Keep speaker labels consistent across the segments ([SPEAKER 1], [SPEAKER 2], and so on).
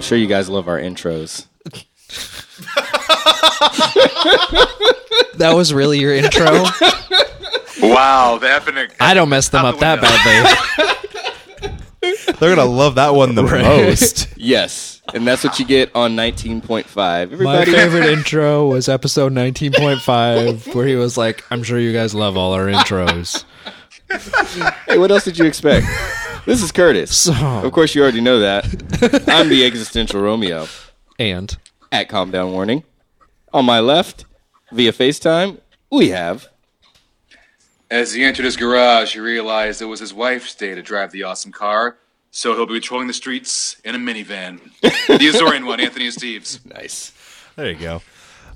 [SPEAKER 1] sure you guys love our intros.
[SPEAKER 2] That was really your intro.
[SPEAKER 3] Wow, the epic.
[SPEAKER 2] I don't mess them up that badly.
[SPEAKER 4] They're gonna love that one the most.
[SPEAKER 1] Yes, and that's what you get on 19.5.
[SPEAKER 2] My
[SPEAKER 1] Everybody,
[SPEAKER 2] favorite intro was episode 19.5, where he was like, I'm sure you guys love all our intros.
[SPEAKER 1] hey, what else did you expect? This is Curtis.
[SPEAKER 2] So-
[SPEAKER 1] Of course, you already know that. I'm the existential Romeo.
[SPEAKER 2] And
[SPEAKER 1] At Calm Down Warning. On my left, via FaceTime, we have.
[SPEAKER 3] As he entered his garage, he realized it was his wife's day to drive the awesome car, so he'll be patrolling the streets in a minivan. the Azorian one, Anthony and Steve's.
[SPEAKER 1] Nice.
[SPEAKER 4] There you go.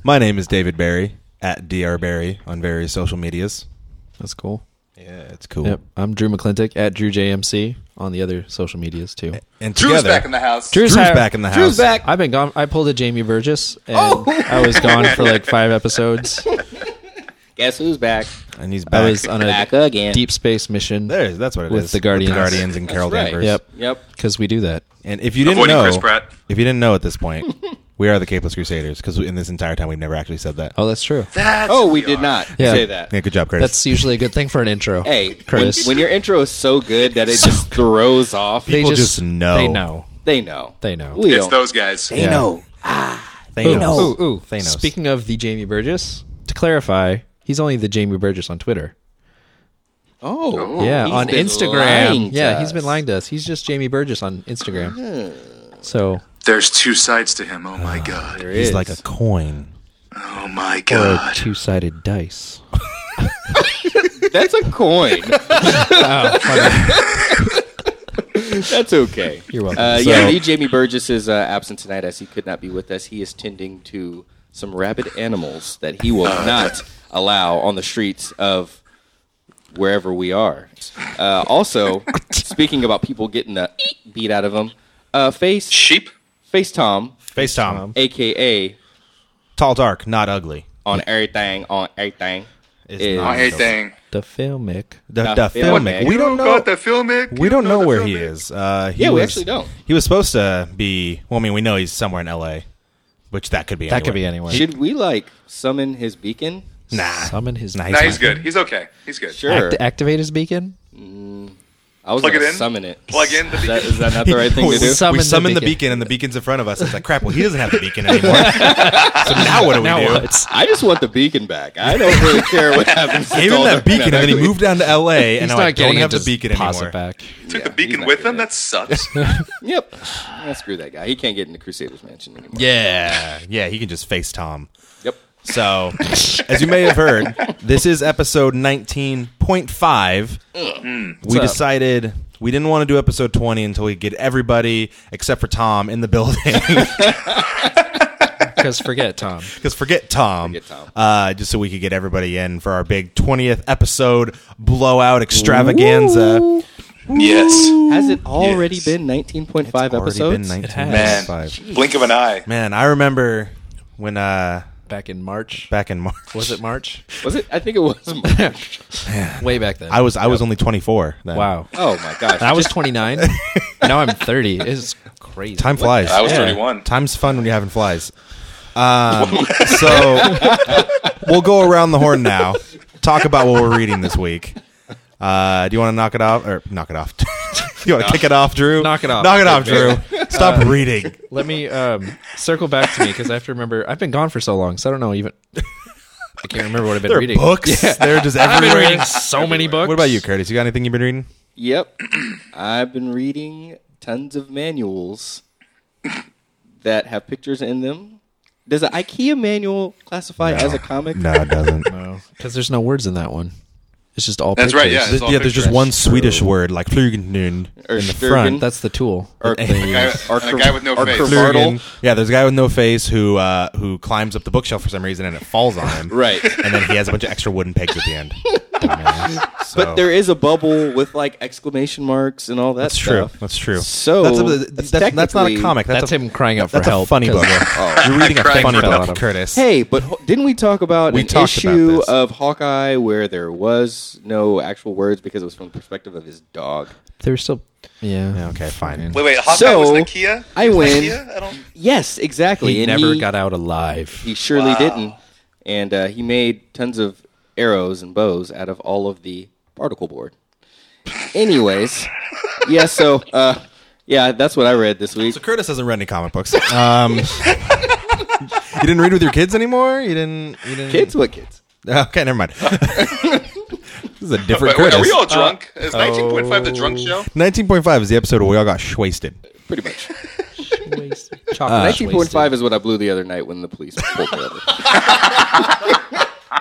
[SPEAKER 4] My name is David Barry at Dr Barry on various social medias.
[SPEAKER 2] that's cool.
[SPEAKER 4] Yeah, it's cool.
[SPEAKER 2] Yep. I'm Drew McClintock at Drew JMC on the other social medias too.
[SPEAKER 4] And
[SPEAKER 3] Drew's
[SPEAKER 4] together,
[SPEAKER 3] back in the house.
[SPEAKER 4] Drew's back Oh. in the house.
[SPEAKER 2] I've been gone. I pulled a Jamie Burgess, and I was gone for like five episodes.
[SPEAKER 1] Guess who's back?
[SPEAKER 4] and he's back.
[SPEAKER 2] I was on
[SPEAKER 1] Back
[SPEAKER 2] a
[SPEAKER 1] again.
[SPEAKER 2] deep space mission.
[SPEAKER 4] there, it is. that's what it is
[SPEAKER 2] With the Guardians.
[SPEAKER 4] Guardians, and Carol
[SPEAKER 1] right.
[SPEAKER 4] Danvers.
[SPEAKER 2] Yep,
[SPEAKER 1] Yep.
[SPEAKER 2] because we do that.
[SPEAKER 4] And if you didn't
[SPEAKER 3] Avoiding
[SPEAKER 4] know,
[SPEAKER 3] Chris Pratt.
[SPEAKER 4] if you didn't know at this point, we are the Capeless Crusaders because in this entire time we've never actually said that.
[SPEAKER 2] Oh, that's true.
[SPEAKER 3] That's
[SPEAKER 1] Oh,
[SPEAKER 3] who
[SPEAKER 1] we did
[SPEAKER 3] are.
[SPEAKER 1] not
[SPEAKER 2] Yeah.
[SPEAKER 1] say that.
[SPEAKER 4] Yeah, good job, Curtis.
[SPEAKER 2] That's usually a good thing for an intro.
[SPEAKER 1] Hey,
[SPEAKER 2] Curtis.
[SPEAKER 1] When, when your intro is so good that it just throws off,
[SPEAKER 2] they
[SPEAKER 1] they,
[SPEAKER 4] people just know.
[SPEAKER 2] They know.
[SPEAKER 1] know.
[SPEAKER 2] They know.
[SPEAKER 1] We
[SPEAKER 3] It's
[SPEAKER 1] don't.
[SPEAKER 3] those guys.
[SPEAKER 2] Yeah.
[SPEAKER 1] know.
[SPEAKER 4] Thanos.
[SPEAKER 2] Ooh, ooh, ooh.
[SPEAKER 4] Thanos.
[SPEAKER 2] Speaking of the Jamie Burgess, to clarify, he's only the Jamie Burgess on Twitter.
[SPEAKER 1] Oh,
[SPEAKER 2] yeah,
[SPEAKER 1] he's
[SPEAKER 2] on
[SPEAKER 1] been
[SPEAKER 2] Instagram.
[SPEAKER 1] lying to
[SPEAKER 2] Yeah, he's been
[SPEAKER 1] us.
[SPEAKER 2] lying to us. He's just Jamie Burgess on Instagram. So
[SPEAKER 3] There's two sides to him. Oh my
[SPEAKER 4] Ah,
[SPEAKER 3] god.
[SPEAKER 4] he's
[SPEAKER 1] is.
[SPEAKER 4] like a coin.
[SPEAKER 3] Oh my
[SPEAKER 2] or
[SPEAKER 3] god.
[SPEAKER 2] two sided dice.
[SPEAKER 1] That's a coin. That's okay.
[SPEAKER 2] You're welcome.
[SPEAKER 1] Uh,
[SPEAKER 4] So-
[SPEAKER 1] yeah, Lee Jamie Burgess is uh, absent tonight as he could not be with us. He is tending to some rabid animals that he will
[SPEAKER 3] Uh,
[SPEAKER 1] not allow on the streets of wherever we are. Uh, also, speaking about people getting the beat out of them, uh, Face
[SPEAKER 3] Sheep?
[SPEAKER 1] Face Tom,
[SPEAKER 4] Face Tom.
[SPEAKER 1] aka
[SPEAKER 4] Tall, dark, not ugly.
[SPEAKER 1] on everything on everything.
[SPEAKER 4] It's
[SPEAKER 1] Is-
[SPEAKER 4] not
[SPEAKER 3] I hate thing.
[SPEAKER 2] the filmic.
[SPEAKER 4] The,
[SPEAKER 1] The
[SPEAKER 4] the
[SPEAKER 1] filmic.
[SPEAKER 4] filmic. We don't know.
[SPEAKER 3] Got the filmic.
[SPEAKER 4] we don't know
[SPEAKER 3] the
[SPEAKER 4] where he
[SPEAKER 3] filmic.
[SPEAKER 4] is. Uh, he
[SPEAKER 1] Yeah, we
[SPEAKER 4] was-
[SPEAKER 1] actually don't.
[SPEAKER 4] He was supposed to be. Well, I mean, we know he's somewhere in L.A., which that could be.
[SPEAKER 2] That could be anywhere.
[SPEAKER 1] Should we like summon his beacon?
[SPEAKER 4] Nah,
[SPEAKER 2] Summon his
[SPEAKER 4] Nah,
[SPEAKER 2] nice.
[SPEAKER 3] Nah, he's
[SPEAKER 4] fine.
[SPEAKER 3] good. He's okay. He's good.
[SPEAKER 1] Sure.
[SPEAKER 2] Act- activate his beacon.
[SPEAKER 1] I was
[SPEAKER 3] Plug
[SPEAKER 1] gonna
[SPEAKER 3] it in.
[SPEAKER 1] summon it.
[SPEAKER 3] Plug in the
[SPEAKER 1] Is that,
[SPEAKER 3] beacon.
[SPEAKER 1] is that not the right thing
[SPEAKER 4] we,
[SPEAKER 1] to do?
[SPEAKER 2] Summon
[SPEAKER 4] we
[SPEAKER 2] the
[SPEAKER 4] summon the
[SPEAKER 2] beacon.
[SPEAKER 4] beacon. and the beacon's in front of us. It's like crap. Well, he doesn't have the beacon anymore. so now what do we
[SPEAKER 2] Now
[SPEAKER 4] do?
[SPEAKER 2] what?
[SPEAKER 1] I just want the beacon back. I don't really care what happens. to
[SPEAKER 4] Gave him
[SPEAKER 1] Dalton
[SPEAKER 4] that beacon, and then he
[SPEAKER 1] actually-
[SPEAKER 4] moved down to L.A.
[SPEAKER 2] He's
[SPEAKER 4] and now
[SPEAKER 2] not
[SPEAKER 4] I
[SPEAKER 2] getting
[SPEAKER 4] don't
[SPEAKER 2] it,
[SPEAKER 4] have the
[SPEAKER 2] just
[SPEAKER 4] beacon
[SPEAKER 2] pass
[SPEAKER 4] anymore.
[SPEAKER 2] it back.
[SPEAKER 3] Took the
[SPEAKER 1] Yeah, he's
[SPEAKER 3] beacon
[SPEAKER 1] not
[SPEAKER 3] with
[SPEAKER 1] good
[SPEAKER 3] him?
[SPEAKER 1] at
[SPEAKER 3] That sucks.
[SPEAKER 1] Yep. Yeah, screw that guy. He can't get in the Crusaders Mansion anymore.
[SPEAKER 4] Yeah, yeah. He can just face Tom.
[SPEAKER 1] Yep.
[SPEAKER 4] So, as you may have heard, this is episode 19.5. We
[SPEAKER 1] up?
[SPEAKER 4] decided we didn't want to do episode 20 until we get everybody except for Tom in the building.
[SPEAKER 2] Because forget Tom.
[SPEAKER 4] Because forget Tom.
[SPEAKER 1] Forget Tom.
[SPEAKER 4] Uh, just so we could get everybody in for our big 20th episode blowout extravaganza.
[SPEAKER 3] yes.
[SPEAKER 1] Has it already
[SPEAKER 3] Yes.
[SPEAKER 1] been 19.5
[SPEAKER 4] Already
[SPEAKER 1] episodes?
[SPEAKER 4] Been
[SPEAKER 2] It has.
[SPEAKER 4] 19.5.
[SPEAKER 3] Blink of an eye.
[SPEAKER 4] Man, I remember when uh,
[SPEAKER 2] Back in March.
[SPEAKER 4] back in March.
[SPEAKER 2] Was it March?
[SPEAKER 1] was it? I think it was.
[SPEAKER 2] Way back then.
[SPEAKER 4] I was I was only 24 then.
[SPEAKER 2] wow.
[SPEAKER 1] oh my gosh.
[SPEAKER 2] I was 29. now I'm 30. It's crazy.
[SPEAKER 4] Time flies.
[SPEAKER 3] I was
[SPEAKER 2] Yeah.
[SPEAKER 3] 31.
[SPEAKER 4] Time's fun when you're having flies. Um, so we'll go around the horn now. Talk about what we're reading this week. Uh, do you want to knock it off or knock it off? do you want to kick it off, Drew?
[SPEAKER 2] Knock it off.
[SPEAKER 4] Knock it off, Drew. Stop reading.
[SPEAKER 2] Let me um, circle back to me because I have to remember. I've been gone for so long, so I don't know even. I can't remember what I've been
[SPEAKER 4] They're
[SPEAKER 2] reading.
[SPEAKER 4] books. They're just
[SPEAKER 2] I've been
[SPEAKER 4] everywhere.
[SPEAKER 2] reading so many books.
[SPEAKER 4] What about you, Curtis? You got anything you've been reading?
[SPEAKER 1] Yep. I've been reading tons of manuals that have pictures in them. Does an IKEA manual classify as a comic?
[SPEAKER 4] No, it doesn't.
[SPEAKER 2] Because there's no words in that one. It's just all.
[SPEAKER 3] That's
[SPEAKER 2] pictures.
[SPEAKER 3] right, yeah.
[SPEAKER 4] Th- yeah, there's just one Swedish word like flugenden
[SPEAKER 1] Or
[SPEAKER 4] in the
[SPEAKER 1] Sturgen.
[SPEAKER 4] front.
[SPEAKER 2] That's the tool.
[SPEAKER 1] Or
[SPEAKER 3] A guy, a guy with no
[SPEAKER 1] Or
[SPEAKER 3] face.
[SPEAKER 1] Kermit.
[SPEAKER 4] Fluggen.
[SPEAKER 1] Bartle.
[SPEAKER 4] Yeah, there's a guy with no face who uh, who climbs up the bookshelf for some reason and it falls on him.
[SPEAKER 1] Right.
[SPEAKER 4] and then he has a bunch of extra wooden pegs at the end. Dumbass. So-
[SPEAKER 1] But there is a bubble with like exclamation marks and all that
[SPEAKER 4] that's true.
[SPEAKER 1] stuff.
[SPEAKER 4] That's true.
[SPEAKER 1] So,
[SPEAKER 4] that's, a,
[SPEAKER 1] that's
[SPEAKER 4] that's, that's, not a
[SPEAKER 1] technically-
[SPEAKER 4] comic. That's,
[SPEAKER 2] That's
[SPEAKER 4] a,
[SPEAKER 2] him crying out for
[SPEAKER 4] That's a
[SPEAKER 2] help
[SPEAKER 4] funny
[SPEAKER 2] 'cause
[SPEAKER 4] book. You're reading a
[SPEAKER 3] Crying
[SPEAKER 4] funny
[SPEAKER 3] fell
[SPEAKER 2] out of
[SPEAKER 4] book,
[SPEAKER 2] him.
[SPEAKER 4] Curtis.
[SPEAKER 1] Hey, but ho- didn't we talk about
[SPEAKER 4] We
[SPEAKER 1] an
[SPEAKER 4] talked about
[SPEAKER 1] issue
[SPEAKER 4] this.
[SPEAKER 1] of Hawkeye where there was no actual words because it was from the perspective of his dog?
[SPEAKER 2] There's still Yeah.
[SPEAKER 4] Yeah, okay, fine.
[SPEAKER 5] Wait, wait. Hawkeye
[SPEAKER 1] So,
[SPEAKER 5] was the Kia.
[SPEAKER 1] I
[SPEAKER 5] Wasn't that
[SPEAKER 1] win.
[SPEAKER 5] Kia? I don't.
[SPEAKER 1] Yes, exactly.
[SPEAKER 2] He
[SPEAKER 1] and
[SPEAKER 2] never
[SPEAKER 1] he,
[SPEAKER 2] got out alive.
[SPEAKER 1] He surely
[SPEAKER 5] Wow.
[SPEAKER 1] didn't. And uh, he made tons of arrows and bows out of all of the particle board. Anyways, yeah. So uh, yeah, that's what I read this week.
[SPEAKER 4] So Curtis hasn't read any comic books. Um, you didn't read with your kids anymore. You didn't. You didn't.
[SPEAKER 1] Kids, what kids?
[SPEAKER 4] Okay, never mind. this is a different
[SPEAKER 5] Wait, wait, are
[SPEAKER 4] Curtis. oh.
[SPEAKER 5] we all drunk? Is 19.5 the drunk show?
[SPEAKER 4] 19.5 is the episode where we all got shwasted.
[SPEAKER 1] Pretty much.
[SPEAKER 2] Chocolate
[SPEAKER 1] Nineteen point five is what I blew the other night when the police pulled me over.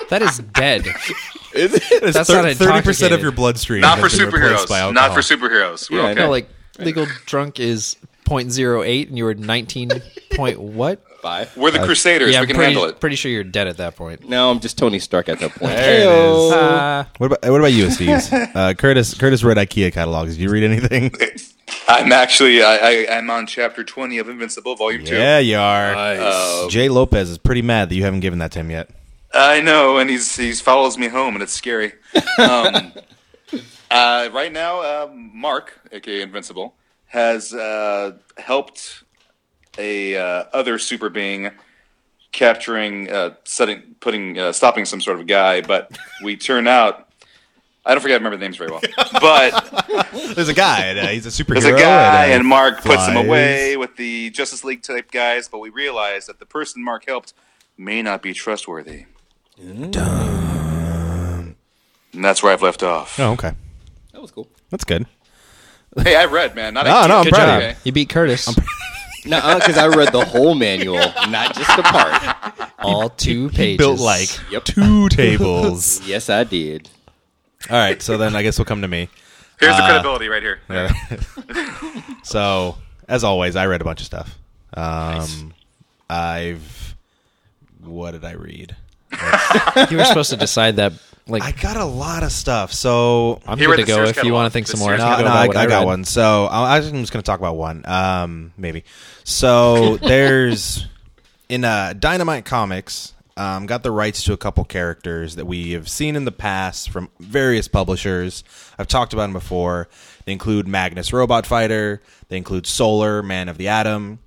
[SPEAKER 2] That is dead.
[SPEAKER 4] It's
[SPEAKER 2] That's not
[SPEAKER 4] thirty percent of
[SPEAKER 2] intoxicated.
[SPEAKER 4] your bloodstream.
[SPEAKER 3] Not for
[SPEAKER 4] has been replaced by
[SPEAKER 3] superheroes. Not
[SPEAKER 4] alcohol.
[SPEAKER 3] for superheroes. We're
[SPEAKER 1] Yeah, I
[SPEAKER 3] okay.
[SPEAKER 1] know,
[SPEAKER 2] No, like legal drunk is 0.08 and you were 19 point what?
[SPEAKER 1] Five.
[SPEAKER 3] We're
[SPEAKER 4] Uh,
[SPEAKER 3] the Crusaders.
[SPEAKER 2] yeah,
[SPEAKER 3] we
[SPEAKER 2] I'm
[SPEAKER 3] can
[SPEAKER 2] pretty,
[SPEAKER 3] handle it.
[SPEAKER 2] pretty sure you're dead at that point.
[SPEAKER 1] Now I'm just Tony Stark at that point.
[SPEAKER 2] Uh,
[SPEAKER 4] What about what about you, Steve? uh, Curtis Curtis read IKEA catalogs. Did you read anything?
[SPEAKER 5] I'm actually. I, I, I'm on chapter 20 of Invincible, volume two.
[SPEAKER 4] yeah, you are.
[SPEAKER 3] Nice.
[SPEAKER 4] Jay Lopez is pretty mad that you haven't given that to him yet.
[SPEAKER 5] I know, and he's he's follows me home, and it's scary. Um, uh, right now, uh, Mark, aka Invincible, has uh, helped a uh, other super being capturing, uh, setting, putting, uh, stopping some sort of guy. But we turn out. I don't forget. I remember the names very well, but
[SPEAKER 4] There's a guy. And, uh, he's a superhero.
[SPEAKER 5] there's a guy,
[SPEAKER 4] uh,
[SPEAKER 5] and Mark puts him
[SPEAKER 4] flies.
[SPEAKER 5] away with the Justice League type guys. But we realize that the person Mark helped may not be trustworthy. And that's where I've left off.
[SPEAKER 4] Oh, okay.
[SPEAKER 1] That was cool.
[SPEAKER 4] That's good.
[SPEAKER 5] Hey, I read, man. Not
[SPEAKER 4] No,
[SPEAKER 5] I-
[SPEAKER 4] no, I'm
[SPEAKER 2] good
[SPEAKER 4] proud
[SPEAKER 2] job.
[SPEAKER 4] of you.
[SPEAKER 2] You beat Curtis.
[SPEAKER 1] No, because I read the whole manual, not just the part.
[SPEAKER 2] All two pages.
[SPEAKER 4] Built like
[SPEAKER 1] Yep.
[SPEAKER 4] two tables.
[SPEAKER 1] Yes, I did.
[SPEAKER 4] All right, so then I guess we'll come to me.
[SPEAKER 5] Here's
[SPEAKER 4] Uh,
[SPEAKER 5] the credibility right here.
[SPEAKER 4] so as always, I read a bunch of stuff. Um, I've what did I read?
[SPEAKER 2] You were supposed to decide that. Like,
[SPEAKER 4] I got a lot of stuff. So
[SPEAKER 2] I'm
[SPEAKER 5] Here
[SPEAKER 2] good
[SPEAKER 5] are
[SPEAKER 2] to
[SPEAKER 5] the
[SPEAKER 2] go
[SPEAKER 5] Sears
[SPEAKER 2] if you want to
[SPEAKER 5] catalog.
[SPEAKER 2] think
[SPEAKER 5] The
[SPEAKER 2] some more.
[SPEAKER 5] Sears
[SPEAKER 4] no,
[SPEAKER 2] can
[SPEAKER 4] no,
[SPEAKER 2] go
[SPEAKER 4] I,
[SPEAKER 2] about what
[SPEAKER 4] I got
[SPEAKER 2] read.
[SPEAKER 4] one. So I, I was just going to talk about one, um, maybe. So there's in uh, Dynamite Comics, um, got the rights to a couple characters that we have seen in the past from various publishers. I've talked about them before. They include Magnus Robot Fighter. They include Solar Man of the Atom.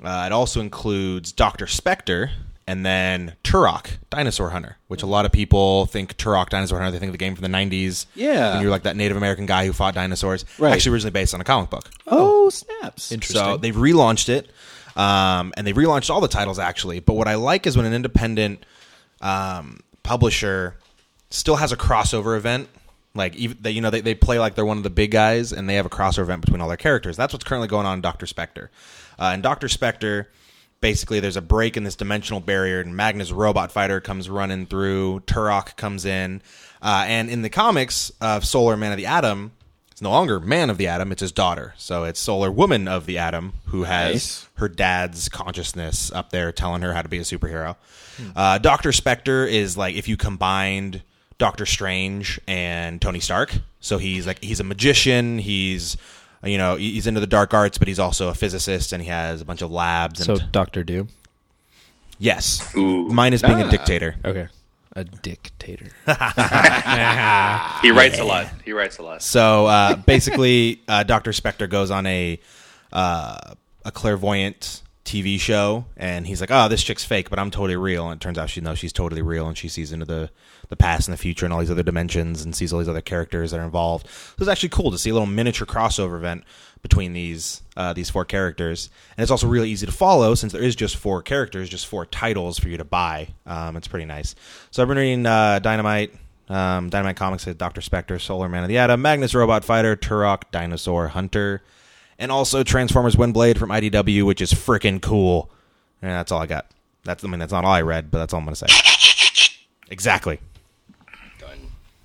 [SPEAKER 4] Uh, it also includes Doctor Spectre and then Turok Dinosaur Hunter, which a lot of people think Turok Dinosaur Hunter. They think of the game from the '90s.
[SPEAKER 1] Yeah.
[SPEAKER 4] when you were like that Native American guy who fought dinosaurs.
[SPEAKER 1] Right.
[SPEAKER 4] Actually, originally based on a comic book.
[SPEAKER 1] Oh, snaps!
[SPEAKER 4] So they've relaunched it, um, and they've relaunched all the titles actually. But what I like is when an independent um, publisher still has a crossover event. Like even they, you know they, they play like they're one of the big guys, and they have a crossover event between all their characters. That's what's currently going on in Doctor Spectre. Uh, in Doctor Spectre, basically there's a break in this dimensional barrier, and Magnus Robot Fighter comes running through. Turok comes in, uh, and in the comics of Solar Man of the Atom, it's no longer Man of the Atom; it's his daughter. So it's Solar Woman of the Atom who has
[SPEAKER 1] Nice.
[SPEAKER 4] her dad's consciousness up there telling her how to be a superhero. Uh, Doctor Spectre is like if you combined Doctor Strange and Tony Stark. So he's like he's a magician. He's you know he- he's into the dark arts, but he's also a physicist and he has a bunch of labs. And
[SPEAKER 2] So, Doctor Doom.
[SPEAKER 4] yes, minus being a dictator.
[SPEAKER 2] Okay. A dictator.
[SPEAKER 5] He writes a lot. He writes a lot.
[SPEAKER 4] So uh, basically, uh, Doctor Spectre goes on a uh, a clairvoyant TV show, and he's like, "Oh, this chick's fake, but I'm totally real." And it turns out she knows she's totally real, and she sees into the the past and the future and all these other dimensions, and sees all these other characters that are involved. So it's actually cool to see a little miniature crossover event between these uh, these four characters, and it's also really easy to follow since there is just four characters, just four titles for you to buy. Um, it's pretty nice. So I've been reading uh, Dynamite. Um, Dynamite Comics has Doctor Spectre, Solar Man of the Atom, Magnus Robot Fighter, Turok, Dinosaur Hunter, and also Transformers Windblade from IDW, which is freaking cool. And that's all I got. That's I mean that's not all I read, but that's all I'm gonna say. Exactly.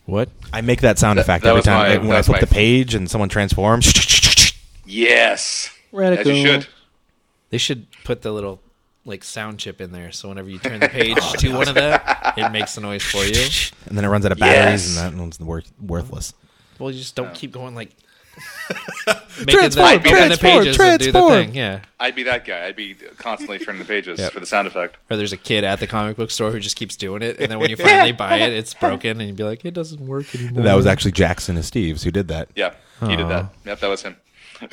[SPEAKER 2] What?
[SPEAKER 4] I make that sound effect
[SPEAKER 5] that
[SPEAKER 4] every
[SPEAKER 5] was
[SPEAKER 4] time
[SPEAKER 5] my-
[SPEAKER 4] like, when
[SPEAKER 5] that
[SPEAKER 4] I
[SPEAKER 5] was
[SPEAKER 4] flip
[SPEAKER 5] my-
[SPEAKER 4] the page and someone transforms.
[SPEAKER 5] Yes. As you should.
[SPEAKER 2] They should put the little like sound chip in there, so whenever you turn the page to one of them, it makes the noise for you.
[SPEAKER 4] And then it runs out of batteries,
[SPEAKER 5] Yes.
[SPEAKER 4] and that one's worth, worthless.
[SPEAKER 2] Well, you just don't keep going like making
[SPEAKER 4] Transform,
[SPEAKER 2] making
[SPEAKER 4] transform,
[SPEAKER 2] and do the
[SPEAKER 4] transform.
[SPEAKER 2] thing. Yeah.
[SPEAKER 5] I'd be that guy. I'd be constantly turning the pages
[SPEAKER 2] Yep.
[SPEAKER 5] for the sound effect.
[SPEAKER 2] Or there's a kid at the comic book store who just keeps doing it, and then when you finally buy it, it's broken, and you'd be like, "It doesn't work anymore."
[SPEAKER 4] That was actually Jackson and Steve's who did that.
[SPEAKER 5] Yeah. He did that. Yep, that was him.
[SPEAKER 4] All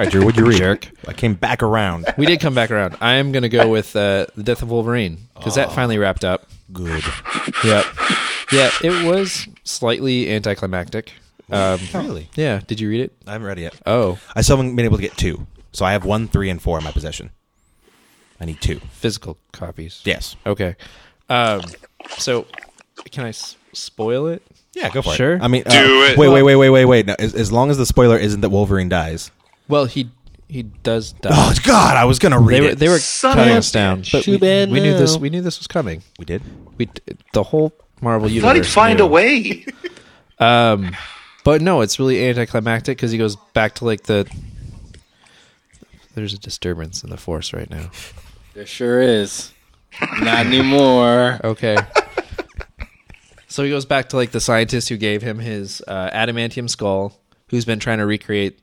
[SPEAKER 4] right, Drew, what'd you read? Jerk. I came back around.
[SPEAKER 2] We did come back around. I am going to go with uh, the death of Wolverine because that finally wrapped up.
[SPEAKER 4] Good. Oh.
[SPEAKER 2] Yep. Yeah, it was slightly anticlimactic. Um,
[SPEAKER 4] Really?
[SPEAKER 2] yeah. Did you read it?
[SPEAKER 4] I haven't read it yet.
[SPEAKER 2] Oh,
[SPEAKER 4] I still haven't been able to get two. So I have one, three, and four in my possession. I need two.
[SPEAKER 2] physical copies.
[SPEAKER 4] Yes.
[SPEAKER 2] Okay. Um, so, can I s- spoil it?
[SPEAKER 4] Yeah, go for
[SPEAKER 2] Sure.
[SPEAKER 4] it. I mean,
[SPEAKER 5] Do
[SPEAKER 4] uh,
[SPEAKER 5] it.
[SPEAKER 4] Wait, wait, wait, wait, wait, wait. No, as, as long as the spoiler isn't that Wolverine dies.
[SPEAKER 2] Well, he he does die.
[SPEAKER 4] Oh God, I was gonna read
[SPEAKER 2] they were
[SPEAKER 4] it.
[SPEAKER 2] they were
[SPEAKER 5] Son
[SPEAKER 2] cutting
[SPEAKER 5] of a
[SPEAKER 2] us down, but
[SPEAKER 1] Too
[SPEAKER 2] we,
[SPEAKER 1] bad
[SPEAKER 2] we knew this.
[SPEAKER 1] now.
[SPEAKER 2] We knew this was coming.
[SPEAKER 4] we did.
[SPEAKER 2] We d- the whole Marvel universe.
[SPEAKER 5] Thought he'd find
[SPEAKER 2] knew.
[SPEAKER 5] a way.
[SPEAKER 2] But no, it's really anticlimactic because he goes back to like the. There's a disturbance in the force right now.
[SPEAKER 1] There sure is. Not anymore.
[SPEAKER 4] Oh,
[SPEAKER 2] Okay. so he goes back to like the scientist who gave him his uh, adamantium skull, who's been trying to recreate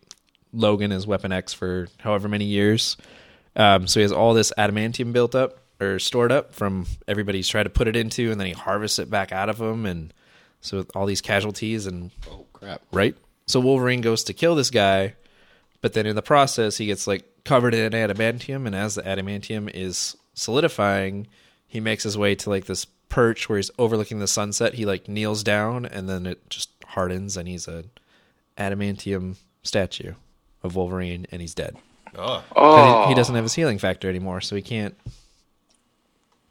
[SPEAKER 2] Logan as Weapon X for however many years. Um, so he has all this adamantium built up or stored up from everybody's tried to put it into, and then he harvests it back out of him, and so all these casualties and
[SPEAKER 1] Oh crap!
[SPEAKER 2] right? So Wolverine goes to kill this guy, but then in the process, he gets like covered in adamantium, and as the adamantium is solidifying, he makes his way to like this perch where he's overlooking the sunset. He like kneels down, and then it just hardens, and he's a adamantium statue of Wolverine, and he's dead. Oh, he, he doesn't have his healing factor anymore, so he can't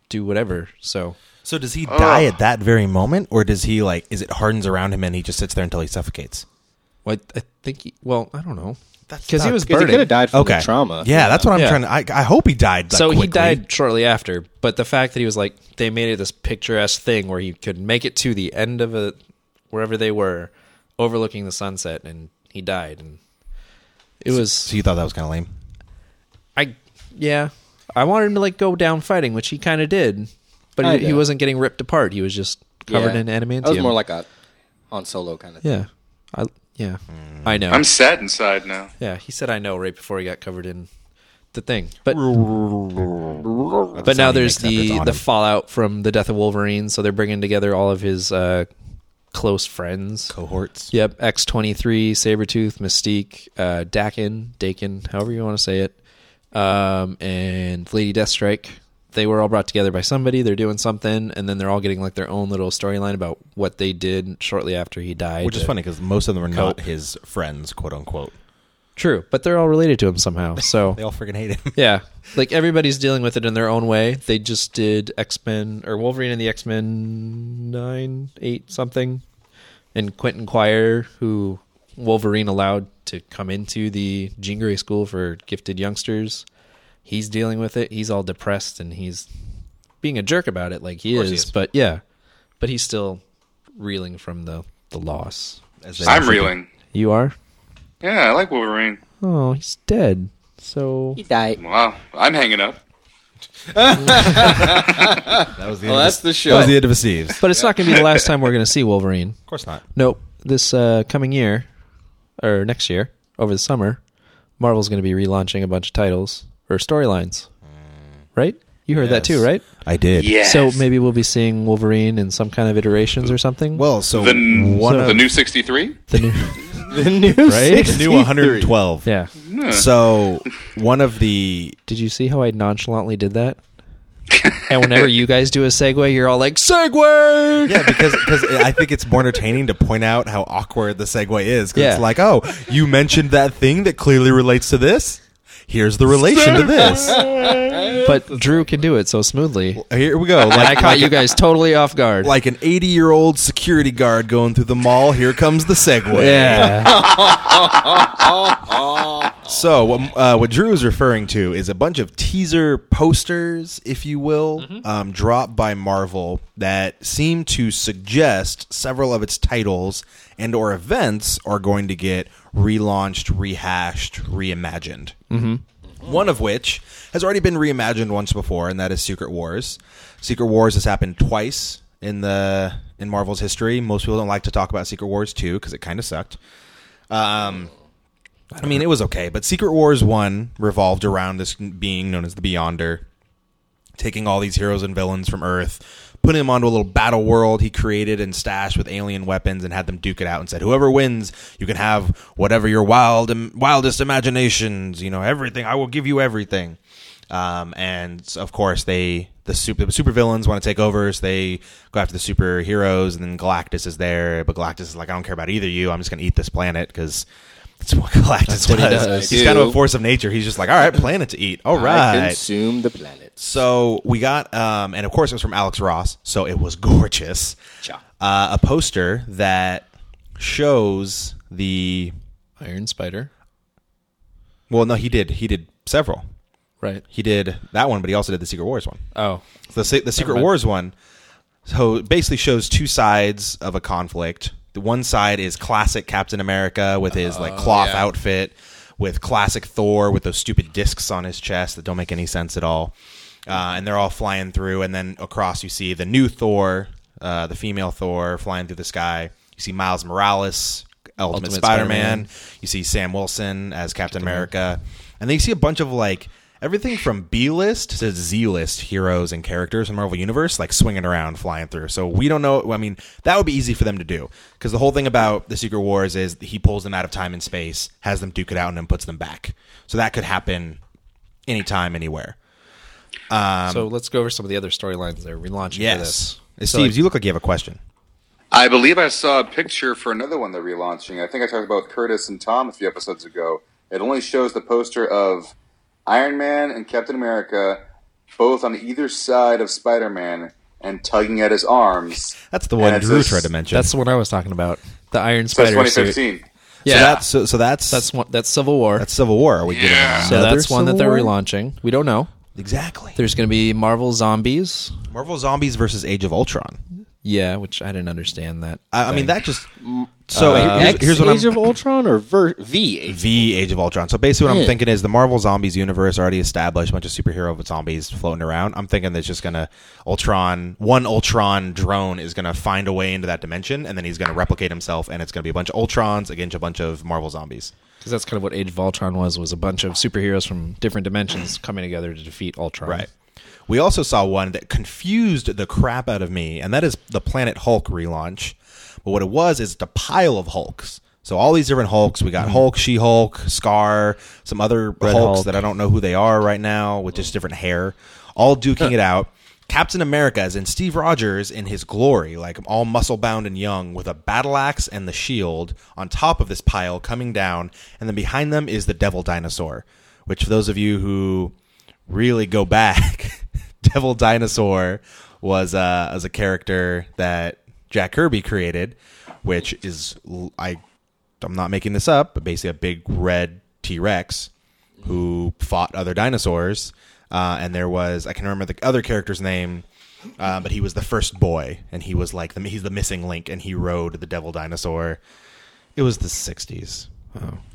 [SPEAKER 2] do whatever. So
[SPEAKER 4] So does he
[SPEAKER 5] Oh.
[SPEAKER 4] die at that very moment, or does he like? Is it hardens around him and he just sits there until he suffocates?
[SPEAKER 2] well, I, I think. He, well, I don't know
[SPEAKER 4] That's
[SPEAKER 2] because he
[SPEAKER 4] not
[SPEAKER 2] was
[SPEAKER 1] Because he
[SPEAKER 2] burning.
[SPEAKER 1] could have died from
[SPEAKER 4] Okay.
[SPEAKER 1] the trauma.
[SPEAKER 4] Yeah, that's what I'm
[SPEAKER 2] Yeah.
[SPEAKER 4] trying to. I, I hope he died. Like,
[SPEAKER 2] so
[SPEAKER 4] quickly.
[SPEAKER 2] he died shortly after but the fact that he was like they made it this picturesque thing where he could make it to the end of a wherever they were overlooking the sunset and he died and it was
[SPEAKER 4] So you thought that was kind of lame.
[SPEAKER 2] i yeah i wanted him to like go down fighting which he kind of did but he,
[SPEAKER 1] Kinda.
[SPEAKER 2] he wasn't getting ripped apart he was just covered
[SPEAKER 1] Yeah.
[SPEAKER 2] in adamantium
[SPEAKER 1] That was more like a Han Solo kind of. thing.
[SPEAKER 2] yeah i yeah
[SPEAKER 1] Hmm.
[SPEAKER 2] i know
[SPEAKER 5] I'm sad inside now.
[SPEAKER 2] yeah he said i know right before he got covered in the thing but but now
[SPEAKER 4] sound he
[SPEAKER 2] there's
[SPEAKER 4] makes after it's
[SPEAKER 2] the
[SPEAKER 4] on
[SPEAKER 2] the
[SPEAKER 4] him.
[SPEAKER 2] fallout from the death of Wolverine, so they're bringing together all of his uh, close friends.
[SPEAKER 4] Cohorts.
[SPEAKER 2] Yep, X twenty three, Sabretooth, Mystique, uh, Dakin, Dakin, however you want to say it, um, and Lady Deathstrike. They were all brought together by somebody. They're doing something, and then they're all getting like their own little storyline about what they did shortly after he died.
[SPEAKER 4] Which is
[SPEAKER 2] to-
[SPEAKER 4] funny because most of them are
[SPEAKER 2] Cope.
[SPEAKER 4] not his friends, quote unquote.
[SPEAKER 2] True, but they're all related to him somehow. So
[SPEAKER 4] They all freaking hate him.
[SPEAKER 2] Yeah. Like everybody's dealing with it in their own way. They just did X Men or Wolverine and the X Men 9, 8, something. And Quentin Quire, who Wolverine allowed to come into the Jean Grey School for Gifted Youngsters, he's dealing with it. He's all depressed and he's being a jerk about it, like he is, But yeah, but he's still reeling from the, the loss.
[SPEAKER 4] As they
[SPEAKER 5] I'm
[SPEAKER 4] freaking-
[SPEAKER 5] reeling.
[SPEAKER 2] You are?
[SPEAKER 5] Yeah, I like Wolverine.
[SPEAKER 2] Oh, he's dead. So
[SPEAKER 1] He died.
[SPEAKER 5] Wow, I'm hanging up.
[SPEAKER 4] That was the
[SPEAKER 1] Well,
[SPEAKER 4] end of
[SPEAKER 1] that's
[SPEAKER 4] his-
[SPEAKER 1] the
[SPEAKER 4] That
[SPEAKER 1] show.
[SPEAKER 4] was the end of his Steve's. Of
[SPEAKER 2] But it's not going to be the last time we're going to see Wolverine.
[SPEAKER 4] course not.
[SPEAKER 2] Nope. This uh, coming year, or next year, over the summer, Marvel's going to be relaunching a bunch of titles or storylines. Right? You heard that too,
[SPEAKER 4] Hmm. Yes.
[SPEAKER 2] right?
[SPEAKER 4] I did.
[SPEAKER 5] Yes.
[SPEAKER 2] So maybe we'll be seeing Wolverine in some kind of iterations or something.
[SPEAKER 4] Well, so
[SPEAKER 5] the,
[SPEAKER 4] one
[SPEAKER 5] the
[SPEAKER 4] of
[SPEAKER 5] new 63.
[SPEAKER 2] the new,
[SPEAKER 1] The new
[SPEAKER 2] Right?
[SPEAKER 4] the new 112.
[SPEAKER 2] yeah.
[SPEAKER 4] So one of the
[SPEAKER 2] Did you see how I nonchalantly did that? and whenever you guys do a segue, you're all like segue.
[SPEAKER 4] yeah, because because I think it's more entertaining to point out how awkward the segue is. 'cause
[SPEAKER 2] Yeah.
[SPEAKER 4] it's like, oh, you mentioned that thing that clearly relates to this. Here's the relation to this.
[SPEAKER 2] But Drew can do it so smoothly.
[SPEAKER 4] Here we go.
[SPEAKER 2] And I
[SPEAKER 4] Like
[SPEAKER 2] caught you guys totally off guard.
[SPEAKER 4] like an 80 year old security guard going through the mall. Here comes the segue.
[SPEAKER 2] yeah.
[SPEAKER 4] So what, uh, what Drew is referring to is a bunch of teaser posters, if you will, um, dropped by Marvel that seem to suggest several of its titles and or events are going to get relaunched, rehashed, reimagined. One of which has already been reimagined once before, and that is Secret Wars. Secret Wars has happened twice in the in Marvel's history. Most people don't like to talk about Secret Wars two because it kind of sucked. Um, I mean, it was okay, but Secret Wars 1 revolved around this being known as the Beyonder, taking all these heroes and villains from Earth, put him onto a little battle world he created and stashed with alien weapons and had them duke it out and said, whoever wins, you can have whatever your wild wildest imaginations, you know, everything. I will give you everything. Um, and so, of course, they the super the supervillains want to take over, so they go after the superheroes, and then Galactus is there, but Galactus is like, I don't care about either of you. I'm just going to eat this planet because. That's what Galactus
[SPEAKER 2] what he
[SPEAKER 4] does.
[SPEAKER 2] does.
[SPEAKER 4] He's kind of a
[SPEAKER 1] Do.
[SPEAKER 4] force of nature. He's just like, all right, planet to eat. All
[SPEAKER 1] I
[SPEAKER 4] right.
[SPEAKER 1] consume the planet.
[SPEAKER 4] So we got, um, and of course it was from Alex Ross, so it was gorgeous.
[SPEAKER 1] Cha.
[SPEAKER 4] Uh, a poster that shows the.
[SPEAKER 2] Iron Spider.
[SPEAKER 4] Well, no, he did. He did several.
[SPEAKER 2] Right.
[SPEAKER 4] He did that one, but he also did the Secret Wars one.
[SPEAKER 2] Oh.
[SPEAKER 4] The Se- the Secret
[SPEAKER 2] mind.
[SPEAKER 4] Wars one. So it basically shows two sides of a conflict. The one side is classic Captain America with his like cloth
[SPEAKER 2] yeah.
[SPEAKER 4] outfit, with classic Thor with those stupid discs on his chest that don't make any sense at all. Uh, and they're all flying through, and then across you see the new Thor, uh, the female Thor flying through the sky. You see Miles Morales, Ultimate,
[SPEAKER 2] Ultimate
[SPEAKER 4] Spider-Man. You see Sam Wilson as Captain America, and then you see a bunch of like everything from B list to Z list heroes and characters in Marvel Universe, like swinging around, flying through. So we don't know. I mean, that would be easy for them to do because the whole thing about the Secret Wars is he pulls them out of time and space, has them duke it out, and then puts them back. So that could happen anytime, anywhere.
[SPEAKER 2] so let's go over some of the other storylines that are relaunching for this. So,
[SPEAKER 4] Steve,
[SPEAKER 2] like-
[SPEAKER 4] you look like you have a question.
[SPEAKER 5] I believe I saw a picture for another one they're relaunching. I think I talked about with Curtis and Tom a few episodes ago. It only shows the poster of Iron Man and Captain America both on either side of Spider Man and tugging at his arms.
[SPEAKER 4] That's the one
[SPEAKER 5] And it
[SPEAKER 4] Drew
[SPEAKER 5] says-
[SPEAKER 4] tried to mention.
[SPEAKER 2] That's the one I was talking about. The Iron
[SPEAKER 5] So it's
[SPEAKER 2] Spider. suit.
[SPEAKER 5] 2015.
[SPEAKER 2] Yeah.
[SPEAKER 4] so that's so, so that's
[SPEAKER 2] that's one. That's Civil War.
[SPEAKER 4] that's Civil War. Are we getting
[SPEAKER 3] Yeah.
[SPEAKER 2] so
[SPEAKER 4] another
[SPEAKER 2] that's one that
[SPEAKER 4] Civil
[SPEAKER 2] they're
[SPEAKER 4] War?
[SPEAKER 2] relaunching. We don't know.
[SPEAKER 4] Exactly.
[SPEAKER 2] There's going to be Marvel Zombies.
[SPEAKER 4] Marvel Zombies versus Age of Ultron.
[SPEAKER 2] Yeah, which I didn't understand that.
[SPEAKER 4] I, I mean, that just so here's,
[SPEAKER 1] X
[SPEAKER 4] here's what
[SPEAKER 1] Age
[SPEAKER 4] I'm
[SPEAKER 1] of Ultron or Ver- V Age?
[SPEAKER 4] the Age of Ultron. So basically, what I'm
[SPEAKER 1] Yeah.
[SPEAKER 4] thinking is the Marvel Zombies universe already established, a bunch of superhero zombies floating around. I'm thinking that's just gonna Ultron, one Ultron drone is gonna find a way into that dimension, and then he's gonna replicate himself, and it's gonna be a bunch of Ultrons against a bunch of Marvel zombies.
[SPEAKER 2] because that's kind of what Age of Ultron was was a bunch of superheroes from different dimensions coming together to defeat Ultron.
[SPEAKER 4] Right. We also saw one that confused the crap out of me, and that is the Planet Hulk relaunch. But what it was is the pile of Hulks. So all these different Hulks. We got Hulk, She Hulk, Scar, some other Hulks
[SPEAKER 2] Hulk.
[SPEAKER 4] that I don't know who they are right now, with just different hair, all duking it out. Captain America is in Steve Rogers in his glory, like all muscle bound and young, with a battle axe and the shield on top of this pile coming down, and then behind them is the Devil Dinosaur, which for those of you who really go back, Devil Dinosaur was uh, as a character that Jack Kirby created, which is l- I I'm not making this up, but basically a big red T Rex who fought other dinosaurs. Uh, and there was I can remember the other character's name, uh, but he was the first boy, and he was like the he's the missing link, and he rode the Devil Dinosaur. It was the '60s.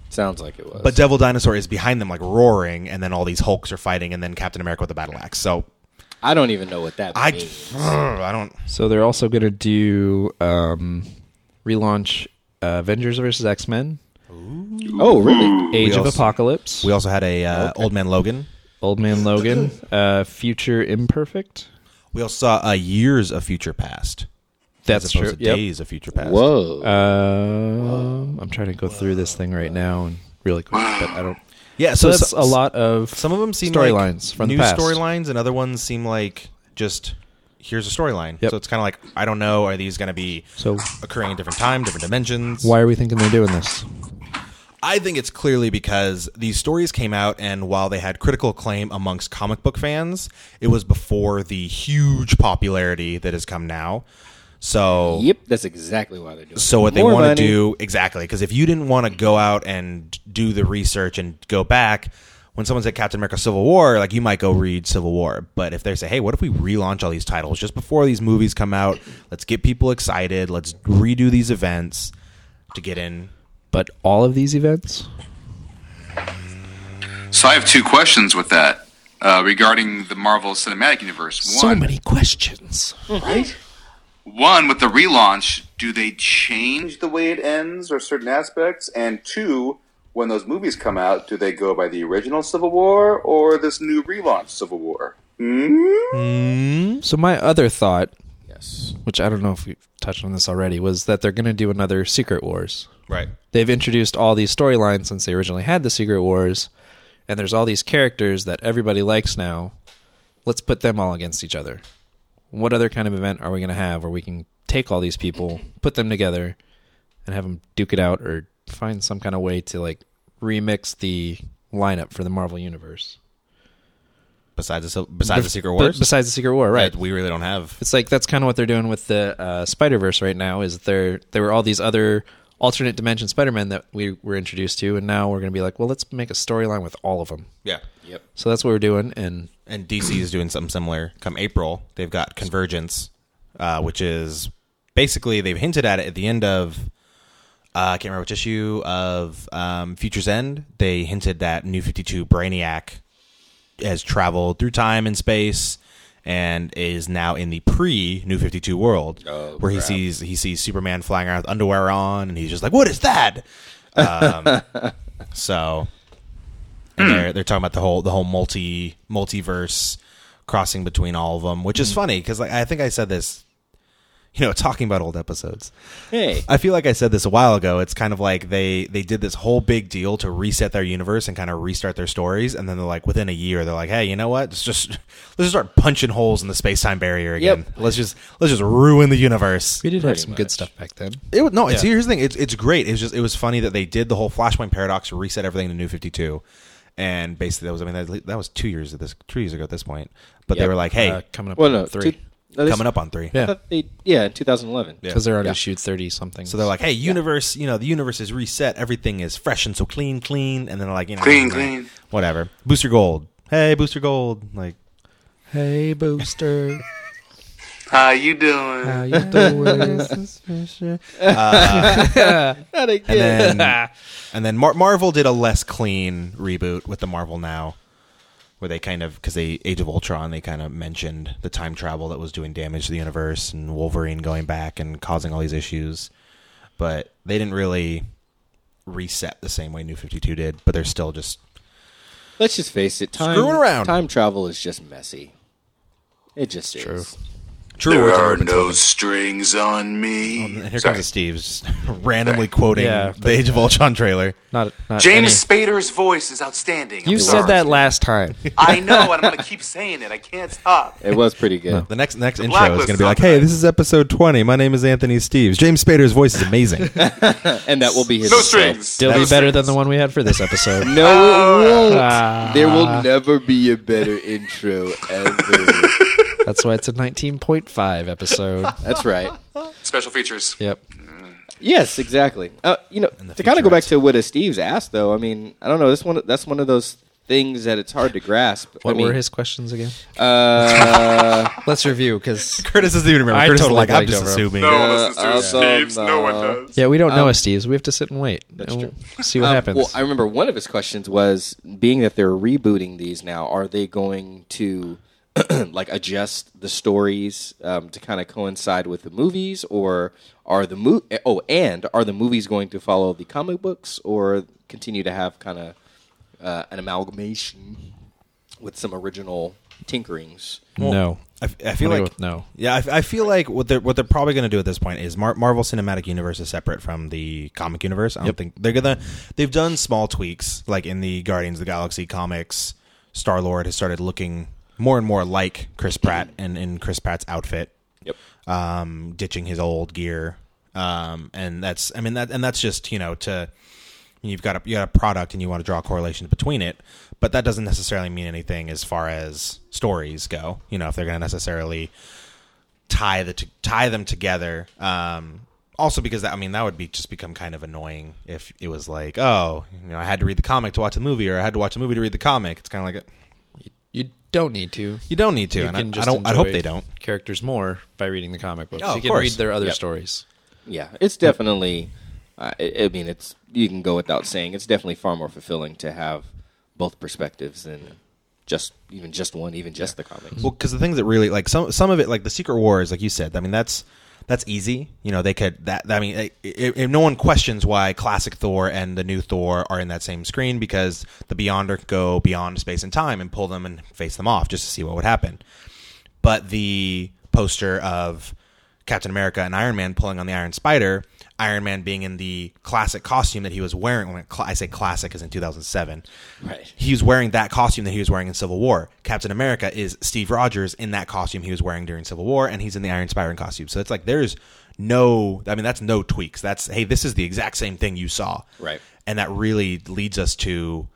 [SPEAKER 1] Sounds like it was.
[SPEAKER 4] But Devil Dinosaur is behind them, like roaring, and then all these Hulks are fighting, and then Captain America with a battle axe. So
[SPEAKER 1] I don't even know what that
[SPEAKER 4] I,
[SPEAKER 1] means.
[SPEAKER 4] I don't.
[SPEAKER 2] So they're also going to do um, relaunch uh, Avengers versus X Men,
[SPEAKER 1] Oh, really?
[SPEAKER 2] Age of
[SPEAKER 4] also-
[SPEAKER 2] Apocalypse,
[SPEAKER 4] We also had a uh, Old Man Logan.
[SPEAKER 2] Old Man Logan, uh, Future Imperfect.
[SPEAKER 4] We also saw uh, Years of Future Past.
[SPEAKER 2] That's
[SPEAKER 4] as opposed
[SPEAKER 2] true.
[SPEAKER 4] to
[SPEAKER 2] Yep.
[SPEAKER 4] Days of Future Past.
[SPEAKER 1] Whoa.
[SPEAKER 2] Um, I'm trying to go through this thing right now and really quick, but I don't.
[SPEAKER 4] Yeah,
[SPEAKER 2] So
[SPEAKER 4] so,
[SPEAKER 2] that's
[SPEAKER 4] so-
[SPEAKER 2] a lot of
[SPEAKER 4] Some of them seem
[SPEAKER 2] storylines
[SPEAKER 4] like
[SPEAKER 2] from
[SPEAKER 4] new
[SPEAKER 2] the past.
[SPEAKER 4] storylines, and other ones seem like just here's a storyline.
[SPEAKER 2] Yep.
[SPEAKER 4] So it's kind of like I don't know. Are these going to be
[SPEAKER 2] So
[SPEAKER 4] occurring in different time, different dimensions?
[SPEAKER 2] why are we thinking they're doing this?
[SPEAKER 4] I think it's clearly because these stories came out, and while they had critical acclaim amongst comic book fans, it was before the huge popularity that has come now. So
[SPEAKER 1] Yep, that's exactly why they're doing
[SPEAKER 4] So
[SPEAKER 1] it.
[SPEAKER 4] what they
[SPEAKER 1] More
[SPEAKER 4] want
[SPEAKER 1] money.
[SPEAKER 4] to do exactly because if you didn't want to go out and do the research and go back, when someone said Captain America: Civil War, like you might go read Civil War. But if they say, "Hey, what if we relaunch all these titles just before these movies come out? Let's get people excited. Let's redo these events to get in."
[SPEAKER 2] But all of these events.
[SPEAKER 3] So I have two questions with that uh, regarding the Marvel Cinematic Universe. One,
[SPEAKER 2] So many questions.
[SPEAKER 3] one with the relaunch, do they
[SPEAKER 5] Change
[SPEAKER 3] change?
[SPEAKER 5] the way it ends or certain aspects? And two, when those movies come out, do they go by the original Civil War or this new relaunch Civil War?
[SPEAKER 2] So my other thought which I don't know if we've touched on this already, was that they're going to do another Secret Wars.
[SPEAKER 4] Right.
[SPEAKER 2] They've introduced all these storylines since they originally had the Secret Wars, and there's all these characters that everybody likes now. Let's put them all against each other. What other kind of event are we going to have where we can take all these people, put them together, and have them duke it out, or find some kind of way to like remix the lineup for the Marvel Universe?
[SPEAKER 4] Besides the besides the Secret
[SPEAKER 2] Be-
[SPEAKER 4] Wars,
[SPEAKER 2] besides the Secret War, right?
[SPEAKER 4] that we really don't have.
[SPEAKER 2] It's like that's kind of what they're doing with the uh, Spider Verse right now. Is there there were all these other alternate dimension Spider Men that we were introduced to, and now we're going to be like, well, let's make a storyline with all of them.
[SPEAKER 4] Yeah.
[SPEAKER 1] Yep.
[SPEAKER 2] So that's what we're doing, and
[SPEAKER 4] And DC is doing something similar. Come April, they've got Convergence, uh, which is basically they've hinted at it at the end of uh, I can't remember which issue of um, Future's End. They hinted that New Fifty Two Brainiac has traveled through time and space and is now in the pre New Fifty Two world,
[SPEAKER 1] Oh,
[SPEAKER 4] where he
[SPEAKER 1] crap.
[SPEAKER 4] sees he sees Superman flying around with underwear on, and he's just like, "What is that?" Um, so and they're they're talking about the whole the whole multi multiverse crossing between all of them, which is funny because like I think I said this, you know, talking about old episodes.
[SPEAKER 1] Hey.
[SPEAKER 4] I feel like I said this a while ago. It's kind of like they they did this whole big deal to reset their universe and kind of restart their stories, and then they're like within a year they're like, hey, you know what? Let's just let's just start punching holes in the space time barrier again.
[SPEAKER 1] Yep.
[SPEAKER 4] Let's just let's just ruin the universe.
[SPEAKER 2] we did
[SPEAKER 1] Pretty
[SPEAKER 2] have some
[SPEAKER 1] much.
[SPEAKER 2] good stuff back then.
[SPEAKER 4] It was, no, it's here's the thing. It's it's great. It was just it was funny that they did the whole Flashpoint paradox, reset everything to New Fifty Two, and basically that was I mean that, that was two years at this two years ago at this point. But they
[SPEAKER 1] Yep.
[SPEAKER 4] were like, hey,
[SPEAKER 2] Uh, coming up,
[SPEAKER 1] Well,
[SPEAKER 2] on
[SPEAKER 1] no.
[SPEAKER 2] three
[SPEAKER 1] two- no, they-
[SPEAKER 4] coming up on three.
[SPEAKER 1] I
[SPEAKER 2] yeah,
[SPEAKER 1] thought they- yeah, in 2011.
[SPEAKER 2] because they're on
[SPEAKER 1] Yeah.
[SPEAKER 2] issue thirty something.
[SPEAKER 4] So they're like, hey, universe, you know, the universe is reset. Everything is fresh and so clean, clean. And then they're like, you know,
[SPEAKER 5] Clean,
[SPEAKER 4] whatever.
[SPEAKER 5] clean.
[SPEAKER 4] whatever. Booster Gold, hey, Booster Gold, like
[SPEAKER 2] hey booster,
[SPEAKER 5] How you doing?
[SPEAKER 2] how you doing?
[SPEAKER 1] Not
[SPEAKER 4] And
[SPEAKER 1] again.
[SPEAKER 4] then, and then Mar- Marvel did a less clean reboot with the Marvel Now, where they kind of because they Age of Ultron they kind of mentioned the time travel that was doing damage to the universe and Wolverine going back and causing all these issues, but they didn't really reset the same way New Fifty Two did. But they're still just
[SPEAKER 1] Let's just face it. Time,
[SPEAKER 4] Screwing around.
[SPEAKER 1] Time travel is just messy. It just is.
[SPEAKER 4] true.
[SPEAKER 5] There
[SPEAKER 4] origin
[SPEAKER 5] are
[SPEAKER 4] opens
[SPEAKER 5] no
[SPEAKER 4] up.
[SPEAKER 5] strings on
[SPEAKER 2] Oh,
[SPEAKER 4] And
[SPEAKER 5] me.
[SPEAKER 4] here
[SPEAKER 5] Sorry.
[SPEAKER 4] comes Steve's randomly quoting
[SPEAKER 2] Yeah,
[SPEAKER 4] the Age of Ultron trailer.
[SPEAKER 2] not, not
[SPEAKER 5] James Spader's voice is outstanding.
[SPEAKER 2] any- uh, You
[SPEAKER 5] I'm
[SPEAKER 2] said
[SPEAKER 5] sorry.
[SPEAKER 2] that last time.
[SPEAKER 5] I know, and I'm going to keep saying it. I can't stop.
[SPEAKER 1] It was pretty good.
[SPEAKER 4] The next next intro is
[SPEAKER 5] Blacklist
[SPEAKER 4] going to be like,
[SPEAKER 5] sometime.
[SPEAKER 4] "Hey, this is episode twenty. My name is Anthony Steves. James Spader's voice is amazing."
[SPEAKER 1] And that will be his.
[SPEAKER 5] No
[SPEAKER 1] itself.
[SPEAKER 2] uh,
[SPEAKER 5] strings. Ah.
[SPEAKER 2] Still
[SPEAKER 5] No
[SPEAKER 2] be better than
[SPEAKER 5] strings.
[SPEAKER 2] the one we had for this episode.
[SPEAKER 1] No, it won't. there will never be a better intro ever.
[SPEAKER 2] That's why it's a nineteen point five episode.
[SPEAKER 1] That's right.
[SPEAKER 5] Special features.
[SPEAKER 2] Yep.
[SPEAKER 1] Yes, exactly. Uh, you know,
[SPEAKER 4] the
[SPEAKER 1] to kind of go
[SPEAKER 4] featurettes.
[SPEAKER 1] back to what uh, Steve's asked, though. I mean, I don't know. This one, that's one of those things that it's hard to grasp.
[SPEAKER 2] What
[SPEAKER 1] I mean,
[SPEAKER 2] were his questions again?
[SPEAKER 1] Uh,
[SPEAKER 2] Let's review because
[SPEAKER 4] Curtis doesn't even remember.
[SPEAKER 2] I
[SPEAKER 4] Curtis
[SPEAKER 2] totally
[SPEAKER 4] is like, I'm
[SPEAKER 2] blanked
[SPEAKER 4] just
[SPEAKER 2] over him."
[SPEAKER 4] assuming.
[SPEAKER 5] No one
[SPEAKER 1] Uh,
[SPEAKER 5] listens to
[SPEAKER 1] also,
[SPEAKER 5] Steve's. No one
[SPEAKER 1] no.
[SPEAKER 5] does.
[SPEAKER 2] yeah, we don't know a Steve's. We have to sit and wait.
[SPEAKER 4] That's
[SPEAKER 2] and we'll See what
[SPEAKER 1] um,
[SPEAKER 2] happens.
[SPEAKER 1] well, I remember one of his questions was, being that they're rebooting these now, are they going to like adjust the stories um, to kind of coincide with the movies, or are the mo- oh, and are the movies going to follow the comic books, or continue to have kind of uh, an amalgamation with some original tinkerings?
[SPEAKER 2] no,
[SPEAKER 4] I, f- I
[SPEAKER 2] I'm gonna
[SPEAKER 4] feel like
[SPEAKER 2] go with no.
[SPEAKER 4] Yeah, I, f- I feel like what they're what they're probably going to do at this point is Mar- Marvel Cinematic Universe is separate from the comic universe. I don't think they're gonna. They've done small tweaks, like in the Guardians of the Galaxy comics. Star Lord has started looking more and more like Chris Pratt, and in Chris Pratt's outfit,
[SPEAKER 1] Yep.
[SPEAKER 4] um, ditching his old gear. Um, and that's I mean that and that's just you know to you've got a you got a product and you want to draw correlations between it, but that doesn't necessarily mean anything as far as stories go. You know if they're going to necessarily tie the t- tie them together. Um, also because that, I mean that would be just become kind of annoying if it was like oh you know I had to read the comic to watch the movie or I had to watch the movie to read the comic. It's kind of like
[SPEAKER 2] You don't need to.
[SPEAKER 4] you don't need to.
[SPEAKER 2] You
[SPEAKER 4] and
[SPEAKER 2] can
[SPEAKER 4] I,
[SPEAKER 2] just
[SPEAKER 4] I don't. I hope
[SPEAKER 2] enjoy
[SPEAKER 4] they don't.
[SPEAKER 2] characters more by reading the comic books.
[SPEAKER 4] Oh,
[SPEAKER 2] you
[SPEAKER 4] of
[SPEAKER 2] can
[SPEAKER 4] course.
[SPEAKER 2] read their other
[SPEAKER 1] Yep.
[SPEAKER 2] stories.
[SPEAKER 1] Yeah, it's definitely. Uh, I I mean, it's you can go without saying. It's definitely far more fulfilling to have both perspectives than just even just one, even just the comics.
[SPEAKER 4] Well, because the things that really like some some of it, like the Secret Wars, like you said, I mean that's that's easy. You know, they could that. I mean, it, it, it- no one questions why classic Thor and the new Thor are in that same screen because the Beyonder could go beyond space and time and pull them and face them off just to see what would happen. But the poster of Captain America and Iron Man pulling on the Iron Spider, Iron Man being in the classic costume that he was wearing. When cl- I say classic, is in 2007.
[SPEAKER 1] Right.
[SPEAKER 4] He was wearing that costume that he was wearing in Civil War. Captain America is Steve Rogers in that costume he was wearing during Civil War, and he's in the Iron Spider costume. So it's like there's no, I mean, that's no tweaks. That's, hey, this is the exact same thing you saw.
[SPEAKER 1] Right.
[SPEAKER 4] And that really leads us to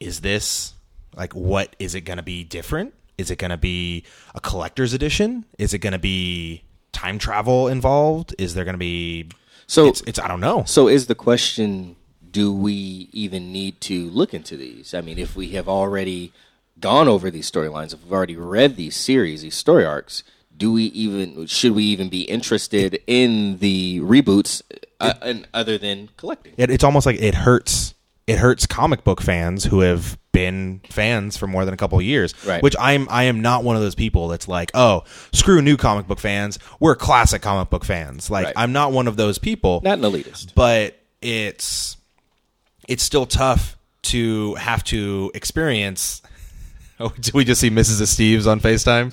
[SPEAKER 4] is this like what is it going to be different? Is it going to be a collector's edition? Is it going to be time travel involved? Is there going to be
[SPEAKER 1] So-
[SPEAKER 4] it's, it's I don't know.
[SPEAKER 1] So is the question do we even need to look into these? I mean, if we have already gone over these storylines, if we've already read these series, these story arcs, do we even should we even be interested in the reboots uh, and other than collecting?
[SPEAKER 4] It, it's almost like it hurts. It hurts comic book fans who have been fans for more than a couple of years.
[SPEAKER 1] Right.
[SPEAKER 4] Which I'm I am not one of those people that's like, oh, screw new comic book fans. We're classic comic book fans. Like
[SPEAKER 1] Right.
[SPEAKER 4] I'm not one of those people.
[SPEAKER 1] Not an elitist.
[SPEAKER 4] but it's it's still tough to have to experience. Oh, did we just see Mrs. Steves on Facetime?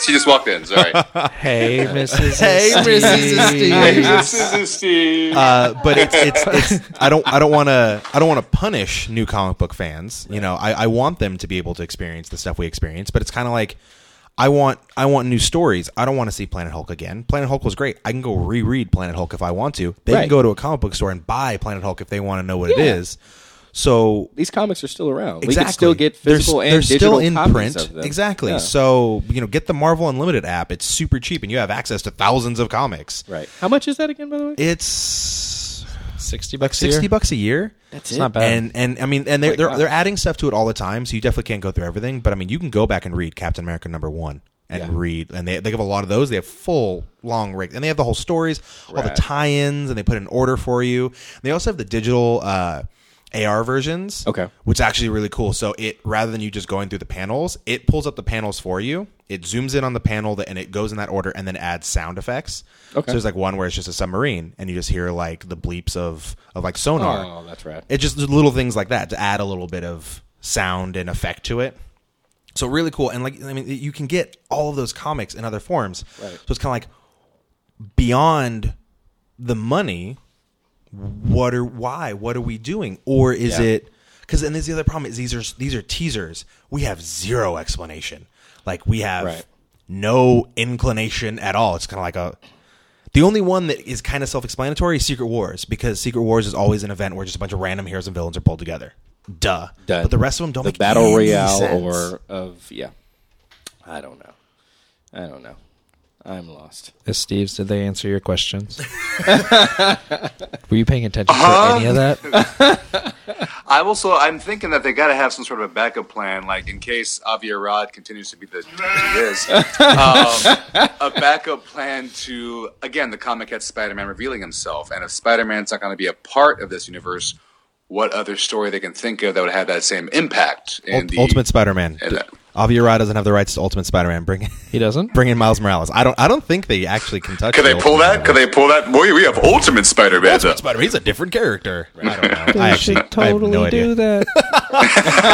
[SPEAKER 5] she just walked in. Sorry.
[SPEAKER 2] Hey, Mrs.
[SPEAKER 4] Hey,
[SPEAKER 2] Mrs.
[SPEAKER 5] this is Steve.
[SPEAKER 4] Uh, but it's, it's, it's I don't I don't want to I don't want to punish new comic book fans. You know, I, I want them to be able to experience the stuff we experience. But it's kind of like I want I want new stories. I don't want to see Planet Hulk again. Planet Hulk was great. I can go reread Planet Hulk if I want to. They
[SPEAKER 1] Right.
[SPEAKER 4] can go to a comic book store and buy Planet Hulk if they want to know what it is. So
[SPEAKER 1] These comics are still around. We
[SPEAKER 4] Exactly.
[SPEAKER 1] can still get
[SPEAKER 4] They're s-
[SPEAKER 1] physical and
[SPEAKER 4] they're
[SPEAKER 1] digital
[SPEAKER 4] still in
[SPEAKER 1] copies
[SPEAKER 4] print.
[SPEAKER 1] of them.
[SPEAKER 4] Exactly.
[SPEAKER 1] Yeah.
[SPEAKER 4] So you know, get the Marvel Unlimited app. It's super cheap, and you have access to thousands of comics.
[SPEAKER 1] right. How much is that again, by the way?
[SPEAKER 4] It's
[SPEAKER 2] 60
[SPEAKER 4] like
[SPEAKER 2] bucks a year?
[SPEAKER 4] sixty bucks a year.
[SPEAKER 1] That's
[SPEAKER 2] It's not bad.
[SPEAKER 4] And and I mean, and they're they're,
[SPEAKER 1] God.
[SPEAKER 4] they're adding stuff to it all the time, so you definitely can't go through everything. But I mean, you can go back and read Captain America number one and read, and they they give a lot of those. They have full long rig, and they have the whole stories, all the
[SPEAKER 1] Right.
[SPEAKER 4] tie-ins, and they put an order for you. They also have the digital. uh AR versions,
[SPEAKER 1] Okay.
[SPEAKER 4] which is actually really cool. So it rather than you just going through the panels, it pulls up the panels for you. It zooms in on the panel that, and it goes in that order, and then adds sound effects.
[SPEAKER 1] Okay.
[SPEAKER 4] So there's like one where it's just a submarine, and you just hear like the bleeps of of like sonar.
[SPEAKER 1] Oh, that's right.
[SPEAKER 4] It just little things like that to add a little bit of sound and effect to it. So really cool, and like I mean, you can get all of those comics in other forms. So it's kind of like beyond the money. What are why? What are we doing? Or is
[SPEAKER 1] Yeah.
[SPEAKER 4] it because? And this is the other problem is these are these are teasers. We have zero explanation. Like we have
[SPEAKER 1] Right.
[SPEAKER 4] no inclination at all. It's kind of like a the only one that is kind of self-explanatory is Secret Wars because Secret Wars is always an event where just a bunch of random heroes and villains are pulled together. Duh.
[SPEAKER 1] Done.
[SPEAKER 4] But the rest of them don't
[SPEAKER 1] the
[SPEAKER 4] make
[SPEAKER 1] battle
[SPEAKER 4] any
[SPEAKER 1] royale
[SPEAKER 4] sense.
[SPEAKER 1] or of yeah. I don't know. I don't know. I'm lost.
[SPEAKER 2] Miss Steves, did they answer your questions? Were you paying attention
[SPEAKER 4] Uh-huh.
[SPEAKER 2] to any of that?
[SPEAKER 5] I will.
[SPEAKER 3] Also, I'm thinking that they got to have some sort of a backup plan, like in case Avi Arad continues to be the he is. Um, a backup plan to again the comic had Spider-Man revealing himself, and if Spider-Man's not going to be a part of this universe, what other story they can think of that would have that same impact? In
[SPEAKER 4] Ult-
[SPEAKER 3] the,
[SPEAKER 4] Ultimate Spider-Man.
[SPEAKER 3] and that-
[SPEAKER 4] Avi Arad doesn't have the rights to Ultimate Spider-Man. Bring
[SPEAKER 2] He doesn't?
[SPEAKER 4] bring in Miles Morales. I don't I don't think they actually can touch
[SPEAKER 3] Could they
[SPEAKER 4] the
[SPEAKER 3] pull
[SPEAKER 4] Ultimate
[SPEAKER 3] that? Could they pull that? Boy, we have Ultimate Spider-Man.
[SPEAKER 4] Ultimate Spider-Man. He's a different character. I don't know. I
[SPEAKER 2] They
[SPEAKER 4] actually
[SPEAKER 2] should
[SPEAKER 4] I have
[SPEAKER 2] totally
[SPEAKER 4] no idea.
[SPEAKER 2] do that.
[SPEAKER 4] I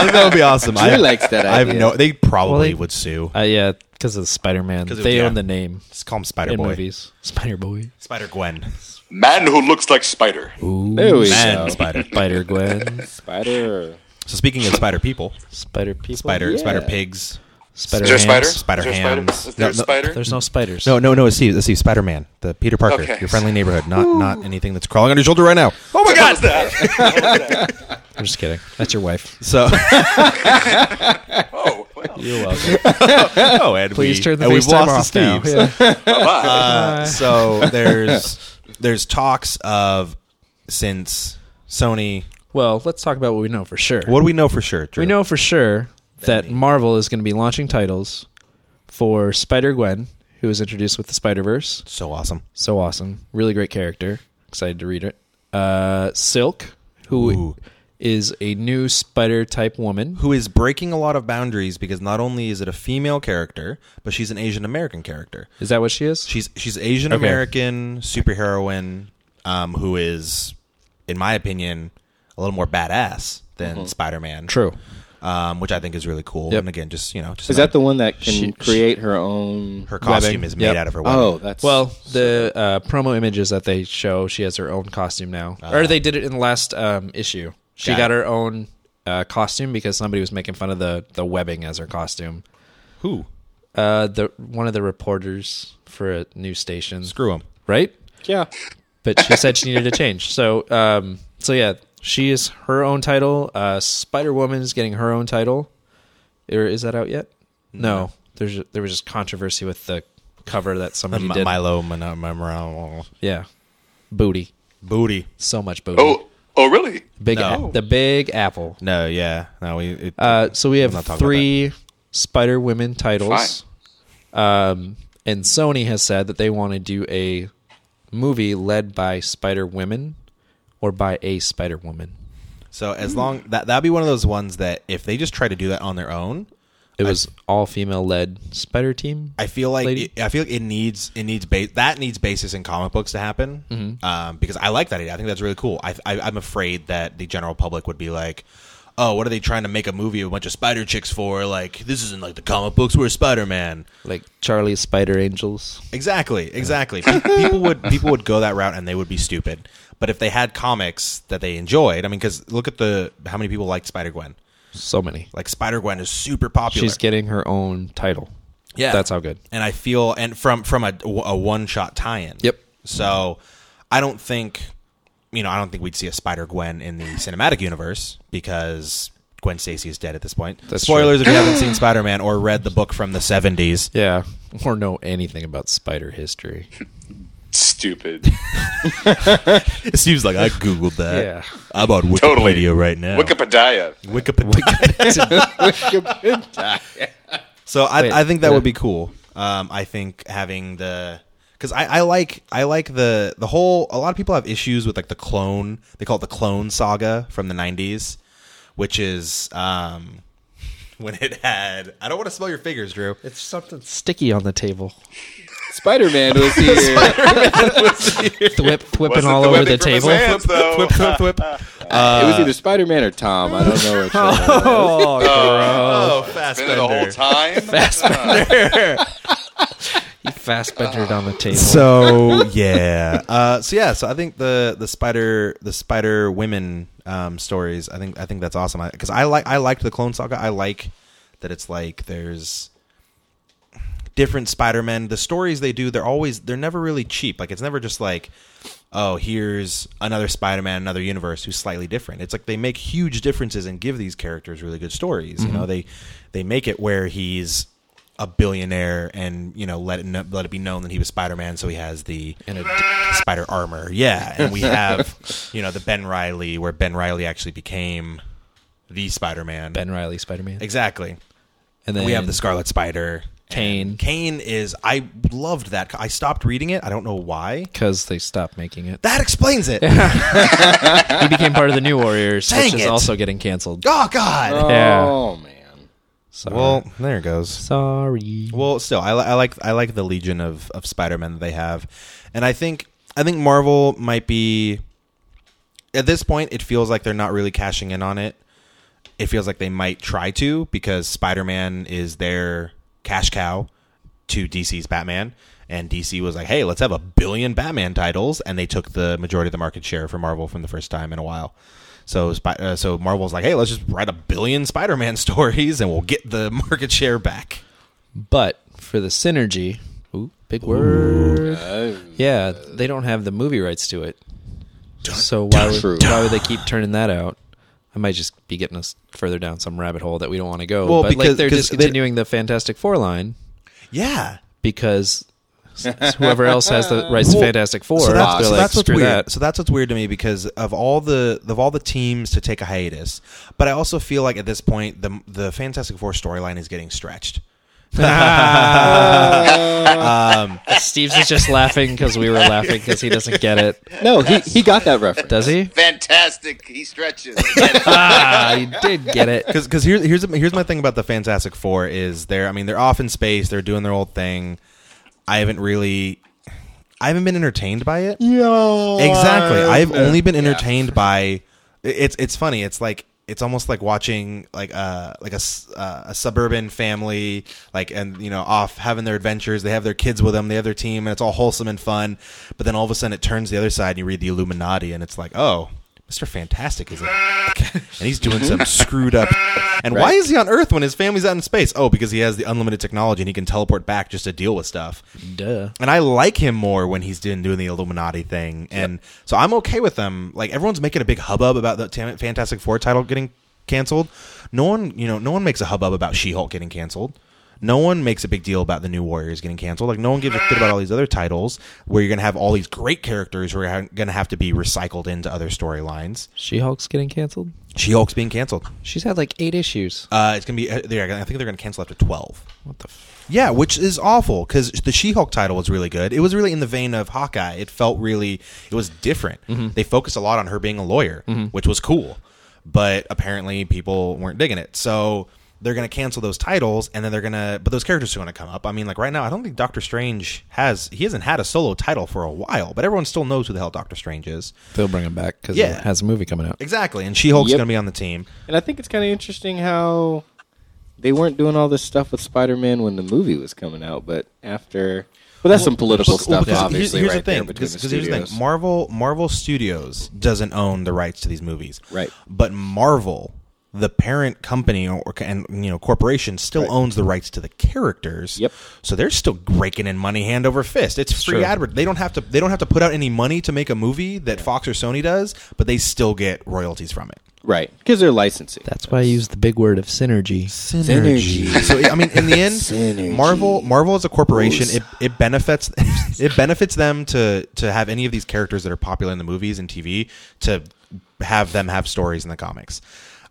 [SPEAKER 4] think that would be awesome. I
[SPEAKER 1] Drew likes that
[SPEAKER 4] I have
[SPEAKER 1] idea.
[SPEAKER 4] no. They probably
[SPEAKER 2] Well, they-
[SPEAKER 4] would sue.
[SPEAKER 2] Uh, yeah, because of Spider Man.
[SPEAKER 4] 'Cause of-
[SPEAKER 2] They
[SPEAKER 4] yeah.
[SPEAKER 2] own the name
[SPEAKER 4] Just call him
[SPEAKER 2] in
[SPEAKER 4] Spider-Boy.
[SPEAKER 2] movies. Spider Boy.
[SPEAKER 4] Spider-Gwen.
[SPEAKER 5] Man who looks like Spider.
[SPEAKER 1] There we
[SPEAKER 4] Man,
[SPEAKER 1] go.
[SPEAKER 4] Spider.
[SPEAKER 2] Spider Gwen.
[SPEAKER 1] Spider.
[SPEAKER 4] So speaking of spider people,
[SPEAKER 2] Spider People.
[SPEAKER 4] spider
[SPEAKER 1] yeah.
[SPEAKER 4] spider pigs,
[SPEAKER 2] Spider
[SPEAKER 5] Is there a
[SPEAKER 2] Hams.
[SPEAKER 5] spider?
[SPEAKER 4] Spider
[SPEAKER 5] Is there a spider?
[SPEAKER 4] hams.
[SPEAKER 5] Is there a
[SPEAKER 4] No, no,
[SPEAKER 5] spider?
[SPEAKER 2] There's no spiders.
[SPEAKER 4] No, no, no. It's Steve. It's Steve. Spider Man, the Peter Parker,
[SPEAKER 5] Okay.
[SPEAKER 4] your friendly neighborhood, not not anything that's crawling on your shoulder right now.
[SPEAKER 5] Oh my God! that?
[SPEAKER 2] I'm just kidding. That's your wife.
[SPEAKER 4] So,
[SPEAKER 5] Oh, well,
[SPEAKER 2] You're welcome.
[SPEAKER 4] oh, and
[SPEAKER 2] Please
[SPEAKER 4] we,
[SPEAKER 2] turn the
[SPEAKER 4] and we've
[SPEAKER 2] FaceTime
[SPEAKER 4] lost
[SPEAKER 2] off
[SPEAKER 4] the
[SPEAKER 2] now.
[SPEAKER 4] Steves.
[SPEAKER 2] Yeah.
[SPEAKER 5] bye.
[SPEAKER 4] Uh, so there's there's talks of since Sony.
[SPEAKER 2] Well, let's talk about what we know for sure.
[SPEAKER 4] What do we know for sure? Drew?
[SPEAKER 2] We know for sure that Marvel is going to be launching titles for Spider Gwen, who was introduced with the Spider Verse.
[SPEAKER 4] so awesome.
[SPEAKER 2] So awesome. Really great character. Excited to read it. Uh, Silk, who is
[SPEAKER 4] Ooh.
[SPEAKER 2] a new spider type woman.
[SPEAKER 4] Who is breaking a lot of boundaries because not only is it a female character, but she's an Asian American character.
[SPEAKER 2] Is that what she is?
[SPEAKER 4] She's she's Asian American superheroine um, who Mm-hmm. is, in my opinion, a little more badass than Spider Man.
[SPEAKER 2] True.
[SPEAKER 4] um, which I think is really cool.
[SPEAKER 2] Yep.
[SPEAKER 4] And again, just you know, just
[SPEAKER 1] Is that the one that can create her own?
[SPEAKER 4] her costume
[SPEAKER 1] webbing?
[SPEAKER 4] is made
[SPEAKER 2] Yep.
[SPEAKER 4] out of her webbing.
[SPEAKER 1] Oh, that's
[SPEAKER 2] Well, the uh, promo images that they show, she has her own costume now. or they did it in the last um, issue. She
[SPEAKER 4] Got
[SPEAKER 2] got her own uh, costume because somebody was making fun of the, the webbing as her costume.
[SPEAKER 4] who?
[SPEAKER 2] Uh, the one of the reporters for a news station,
[SPEAKER 4] Screw him.
[SPEAKER 2] right?
[SPEAKER 1] yeah.
[SPEAKER 2] But she said she needed a change. So, um, so yeah, she is her own title. Uh, Spider Woman is getting her own title. Or is that out yet? No, there's there was just controversy with the cover that somebody did.
[SPEAKER 4] Milo Mon- Mon- Mon-
[SPEAKER 2] yeah, booty.
[SPEAKER 4] booty.
[SPEAKER 2] So much booty.
[SPEAKER 5] Oh, oh, really?
[SPEAKER 2] Big
[SPEAKER 4] No.
[SPEAKER 2] a- the Big Apple.
[SPEAKER 4] No, yeah, no, we. It,
[SPEAKER 2] Uh, so we
[SPEAKER 4] not
[SPEAKER 2] have
[SPEAKER 4] talking
[SPEAKER 2] three Spider Women titles, um, and Sony has said that they want to do a movie led by Spider Women or by a Spider Woman.
[SPEAKER 4] so as long that that'd be one of those ones that if they just try to do that on their own,
[SPEAKER 2] It was all female led Spider Team.
[SPEAKER 4] I feel like
[SPEAKER 2] Lady?
[SPEAKER 4] it, I feel like it needs it needs ba- that needs basis in comic books to happen
[SPEAKER 2] Mm-hmm.
[SPEAKER 4] um, because I like that idea. I think that's really cool. I, I, I'm afraid that the general public would be like, "Oh, what are they trying to make a movie of a bunch of spider chicks for? Like this isn't like the comic books. We're Spider Man."
[SPEAKER 2] like Charlie's Spider Angels.
[SPEAKER 4] Exactly, exactly. Pe- people would people would go that route and they would be stupid. But if they had comics that they enjoyed, I mean, because look at the how many people liked Spider Gwen.
[SPEAKER 2] So many.
[SPEAKER 4] Like Spider Gwen is super popular.
[SPEAKER 2] She's getting her own title.
[SPEAKER 4] Yeah.
[SPEAKER 2] That's how good.
[SPEAKER 4] and I feel and from from a, a one shot tie in.
[SPEAKER 2] Yep.
[SPEAKER 4] So I don't think you know I don't think we'd see a Spider Gwen in the cinematic universe because Gwen Stacy is dead at this point.
[SPEAKER 2] That's
[SPEAKER 4] Spoilers if you haven't seen Spider Man or read the book from the seventies.
[SPEAKER 2] Yeah. Or know anything about spider history.
[SPEAKER 5] Stupid.
[SPEAKER 4] It seems like I googled that.
[SPEAKER 2] Yeah.
[SPEAKER 4] I'm on Wikipedia
[SPEAKER 5] Totally.
[SPEAKER 4] right now.
[SPEAKER 5] Wikipedia.
[SPEAKER 4] Wikipedia. so I,
[SPEAKER 2] Wait,
[SPEAKER 4] I think that
[SPEAKER 2] yeah.
[SPEAKER 4] would be cool. Um, I think having the because I, I like I like the the whole. A lot of people have issues with like the clone. They call it the clone saga from the '90s, which is um, when it had. I don't want to smell your fingers, Drew.
[SPEAKER 2] It's something sticky on the table.
[SPEAKER 1] Spider Man was here.
[SPEAKER 2] Thwip, thwipping
[SPEAKER 5] Wasn't
[SPEAKER 2] all
[SPEAKER 5] the
[SPEAKER 2] over
[SPEAKER 5] whipping
[SPEAKER 2] the
[SPEAKER 5] from his
[SPEAKER 2] table.
[SPEAKER 5] hands, though.
[SPEAKER 4] Thwip, thwip, thwip.
[SPEAKER 1] it
[SPEAKER 4] uh,
[SPEAKER 1] was either Spider Man or Tom. I don't know which one.
[SPEAKER 4] Oh, fast
[SPEAKER 5] Been there the whole time.
[SPEAKER 2] Fast bendered on the table.
[SPEAKER 4] So yeah, uh, so yeah, so I think the the spider the spider women um, stories. I think I think that's awesome because I, like I liked the Clone Saga. I like that it's like there's different Spider Men. The stories they do, they're always they're never really cheap. Like it's never just like oh here's another Spider Man, another universe who's slightly different. It's like they make huge differences and give these characters really good stories. You know they they make it where he's a billionaire and you know let it kn- let it be known that he was Spider-Man so he has the
[SPEAKER 2] And a d-
[SPEAKER 4] spider armor yeah and we have you know the Ben Riley where Ben Riley actually became the Spider-Man
[SPEAKER 2] Ben Riley Spider Man.
[SPEAKER 4] exactly
[SPEAKER 2] And then
[SPEAKER 4] we have the Scarlet Spider
[SPEAKER 2] Kane.
[SPEAKER 4] Kane is I loved that I stopped reading it I don't know why
[SPEAKER 2] Because they stopped making it.
[SPEAKER 4] that explains it Oh,
[SPEAKER 2] He became part of the New Warriors,
[SPEAKER 4] Dang
[SPEAKER 2] which is
[SPEAKER 4] it.
[SPEAKER 2] also getting canceled.
[SPEAKER 4] oh god
[SPEAKER 2] Yeah.
[SPEAKER 1] Oh man.
[SPEAKER 2] Sorry.
[SPEAKER 4] well there it goes
[SPEAKER 2] sorry.
[SPEAKER 4] Well, still, I, li- I like I like the Legion of of Spider Men that they have, and I think I think Marvel might be at this point. It feels like they're not really cashing in on it. It feels like they might try to because Spider Man is their cash cow to DC's Batman, and DC was like, "Hey, let's have a billion Batman titles," and they took the majority of the market share for Marvel from the first time in a while. So, Spi- uh, so Marvel's like, "Hey, let's just write a billion Spider-Man stories, and we'll get the market share back."
[SPEAKER 2] But for the synergy, ooh, big word.
[SPEAKER 5] Uh,
[SPEAKER 2] yeah, they don't have the movie rights to it. So why would,
[SPEAKER 1] True.
[SPEAKER 2] why would they keep turning that out? I might just be getting us further down some rabbit hole that we don't want to go.
[SPEAKER 4] Well,
[SPEAKER 2] but
[SPEAKER 4] because-
[SPEAKER 2] like they're
[SPEAKER 4] 'cause they-
[SPEAKER 2] discontinuing the Fantastic Four line
[SPEAKER 4] Yeah.
[SPEAKER 2] because s- whoever else has the rights
[SPEAKER 4] Well,
[SPEAKER 2] to Fantastic Four,
[SPEAKER 4] so that's,
[SPEAKER 2] they're
[SPEAKER 4] so
[SPEAKER 2] like,
[SPEAKER 4] that's what's
[SPEAKER 2] screw
[SPEAKER 4] weird.
[SPEAKER 2] that.
[SPEAKER 4] So that's what's weird to me because of all the of all the teams to take a hiatus, but I also feel like at this point the the Fantastic Four storyline is getting stretched.
[SPEAKER 2] Uh, Steve's is just laughing because we were laughing because he doesn't get it.
[SPEAKER 1] No, he, he got that reference.
[SPEAKER 2] Does he?
[SPEAKER 5] Fantastic. He stretches.
[SPEAKER 2] Ah, he did get it.
[SPEAKER 4] Because because here's here's here's my thing about the Fantastic Four is they're I mean they're off in space they're doing their old thing. I haven't really. I haven't been entertained by it.
[SPEAKER 1] No.
[SPEAKER 4] Exactly. I've only been entertained by it's it's funny. It's like it's almost like watching like uh like a s- uh, a suburban family like and you know off having their adventures they have their kids with them they have their team and it's all wholesome and fun but then all of a sudden it turns the other side and you read the illuminati and it's like oh mr fantastic is a and he's doing some screwed up and why is he on earth when his family's out in space oh because he has the unlimited technology and he can teleport back just to deal with stuff
[SPEAKER 2] Duh.
[SPEAKER 4] and I like him more when he's doing, doing the Illuminati thing. And so I'm okay with them. Like everyone's making a big hubbub about the Tam- Fantastic Four title getting canceled. No one, you know, no one makes a hubbub about She-Hulk getting canceled. No one makes a big deal about the New Warriors getting canceled. Like no one gives a shit about all these other titles where you're going to have all these great characters who are going to have to be recycled into other storylines.
[SPEAKER 2] She Hulk's getting canceled.
[SPEAKER 4] She-Hulk's being canceled.
[SPEAKER 2] She's had like eight issues.
[SPEAKER 4] Uh, it's going to be. uh, they're- I think they're going to cancel after twelve.
[SPEAKER 2] What the? F-
[SPEAKER 4] Yeah, which is awful because the She-Hulk title was really good. It was really in the vein of Hawkeye. It felt really, it was different.
[SPEAKER 2] Mm-hmm.
[SPEAKER 4] They focused a lot on her being a lawyer, which was cool, but apparently people weren't digging it. So they're going to cancel those titles, and then they're going to, but those characters are going to come up. I mean, like right now, I don't think Doctor Strange has, he hasn't had a solo title for a while, but everyone still knows who the hell Doctor Strange is.
[SPEAKER 2] They'll bring him back because
[SPEAKER 4] Yeah.
[SPEAKER 2] it has a movie coming out.
[SPEAKER 4] Exactly, and She-Hulk's
[SPEAKER 1] Yep.
[SPEAKER 4] going to be on the team.
[SPEAKER 1] And I think it's kind of interesting how they weren't doing all this stuff with Spider-Man when the movie was coming out, but after well, that's some political
[SPEAKER 4] Well,
[SPEAKER 1] stuff,
[SPEAKER 4] because
[SPEAKER 1] obviously,
[SPEAKER 4] here's
[SPEAKER 1] right
[SPEAKER 4] the
[SPEAKER 1] there
[SPEAKER 4] thing,
[SPEAKER 1] between
[SPEAKER 4] because,
[SPEAKER 1] the
[SPEAKER 4] because here's the thing:
[SPEAKER 1] studios.
[SPEAKER 4] Marvel, Marvel Studios doesn't own the rights to these movies,
[SPEAKER 1] Right.
[SPEAKER 4] But Marvel, the parent company or and you know corporation, still owns the rights to the characters.
[SPEAKER 1] Yep.
[SPEAKER 4] So they're still raking in money hand over fist. It's free
[SPEAKER 2] Sure.
[SPEAKER 4] advert. They don't have to. They don't have to put out any money to make a movie that Fox or Sony does, but they still get royalties from it.
[SPEAKER 1] right? Because they're licensing.
[SPEAKER 2] That's why I use the big word of synergy.
[SPEAKER 1] Synergy.
[SPEAKER 4] So I mean, in the end,
[SPEAKER 1] Synergy.
[SPEAKER 4] Marvel Marvel as a corporation, it, it benefits it benefits them to to have any of these characters that are popular in the movies and TV to have them have stories in the comics.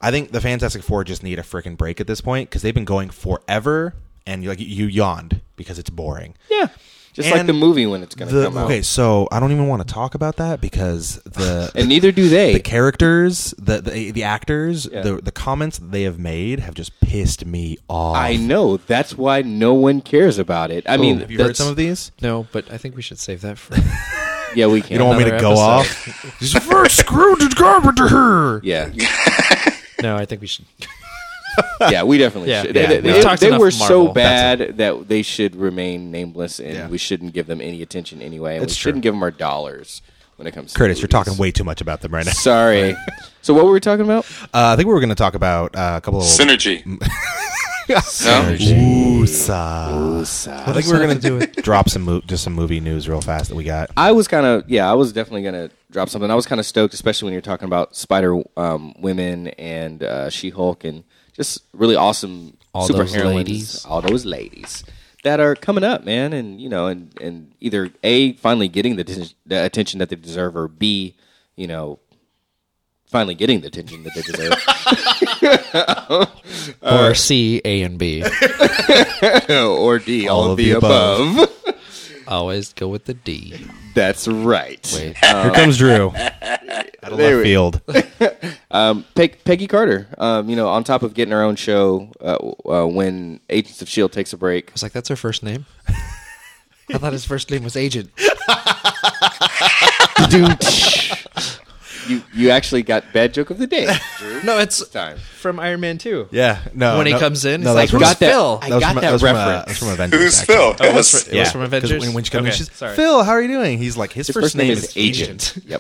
[SPEAKER 4] I think the Fantastic Four just need a freaking break at this point because they've been going forever, and you like you yawned because it's boring.
[SPEAKER 1] yeah, just like
[SPEAKER 4] And
[SPEAKER 1] the movie when it's going to
[SPEAKER 4] The-
[SPEAKER 1] come out.
[SPEAKER 4] okay, so I don't even want to talk about that because the
[SPEAKER 1] And neither do they.
[SPEAKER 4] the characters, the the, the actors,
[SPEAKER 1] Yeah.
[SPEAKER 4] the the comments they have made have just pissed me off.
[SPEAKER 1] I know. That's why no one cares about it. I mean,
[SPEAKER 4] Oh, Have you heard
[SPEAKER 1] that's-
[SPEAKER 4] some of these?
[SPEAKER 2] No, but I think we should save that for.
[SPEAKER 1] Yeah, we can.
[SPEAKER 4] You don't want me to
[SPEAKER 2] Another
[SPEAKER 4] go
[SPEAKER 2] episode.
[SPEAKER 4] off? He's first screwed to Carpenter.
[SPEAKER 1] Yeah,
[SPEAKER 2] no, I think we should.
[SPEAKER 1] yeah, we definitely
[SPEAKER 2] Yeah,
[SPEAKER 1] should.
[SPEAKER 2] yeah.
[SPEAKER 1] They,
[SPEAKER 2] We've
[SPEAKER 1] they-
[SPEAKER 2] talked
[SPEAKER 1] they
[SPEAKER 2] enough
[SPEAKER 1] were
[SPEAKER 2] Marvel.
[SPEAKER 1] so bad that they should remain nameless, and
[SPEAKER 4] Yeah.
[SPEAKER 1] we shouldn't give them any attention anyway. And
[SPEAKER 4] It's
[SPEAKER 1] we
[SPEAKER 4] true.
[SPEAKER 1] shouldn't give them our dollars when it comes. to
[SPEAKER 4] Curtis, you're
[SPEAKER 1] movies.
[SPEAKER 4] talking way too much about them right now.
[SPEAKER 1] Sorry. so what were we talking about?
[SPEAKER 4] Uh, I think we were going to talk about uh, a couple of
[SPEAKER 5] Synergy.
[SPEAKER 4] Oosa. I think we were going to do it. Drop some mo- just some movie news real fast that we got.
[SPEAKER 1] I was kind of yeah, I was definitely gonna drop something. I was kind of stoked, especially when you're talking about Spider um, Women and uh, She Hulk and just really awesome
[SPEAKER 2] All
[SPEAKER 1] super
[SPEAKER 2] those
[SPEAKER 1] heroines,
[SPEAKER 2] ladies.
[SPEAKER 1] all those ladies that are coming up, man, and you know, and and either a finally getting the, atten- the attention that they deserve, or b you know. Finally, getting the attention that they deserve.
[SPEAKER 2] or C, A, and B.
[SPEAKER 1] or D, all,
[SPEAKER 4] All
[SPEAKER 1] of the, above.
[SPEAKER 2] Always go with the D.
[SPEAKER 1] That's right.
[SPEAKER 2] Wait.
[SPEAKER 4] Here comes Drew. Out of left field.
[SPEAKER 1] Peg, Peggy Carter, um, you know, on top of getting her own show, uh, uh, when Agents of Shield E takes a break,
[SPEAKER 2] I was like, that's her first name. I thought his first name was Agent.
[SPEAKER 1] you you actually got bad joke of the day.
[SPEAKER 2] No, it's
[SPEAKER 1] Time.
[SPEAKER 2] from Iron Man 2.
[SPEAKER 4] Yeah. No.
[SPEAKER 2] When he
[SPEAKER 4] no-
[SPEAKER 2] comes in, he's
[SPEAKER 4] no, that's
[SPEAKER 2] like,
[SPEAKER 4] from-
[SPEAKER 2] "Who's
[SPEAKER 1] got that-
[SPEAKER 2] Phil?"
[SPEAKER 1] I
[SPEAKER 4] that was
[SPEAKER 1] got
[SPEAKER 4] from-
[SPEAKER 1] that
[SPEAKER 4] was from, uh,
[SPEAKER 1] reference.
[SPEAKER 4] That's from Avengers.
[SPEAKER 5] Who's
[SPEAKER 4] actually.
[SPEAKER 5] Phil?
[SPEAKER 2] Oh, it's
[SPEAKER 5] Yes.
[SPEAKER 2] fr- it was from
[SPEAKER 4] 'cause
[SPEAKER 2] Avengers?
[SPEAKER 4] When, when she comes
[SPEAKER 2] Okay,
[SPEAKER 4] in, she's
[SPEAKER 2] sorry.
[SPEAKER 4] Phil, how are you doing? He's like, his,
[SPEAKER 1] His
[SPEAKER 4] first, name, is Agent.
[SPEAKER 1] Yep.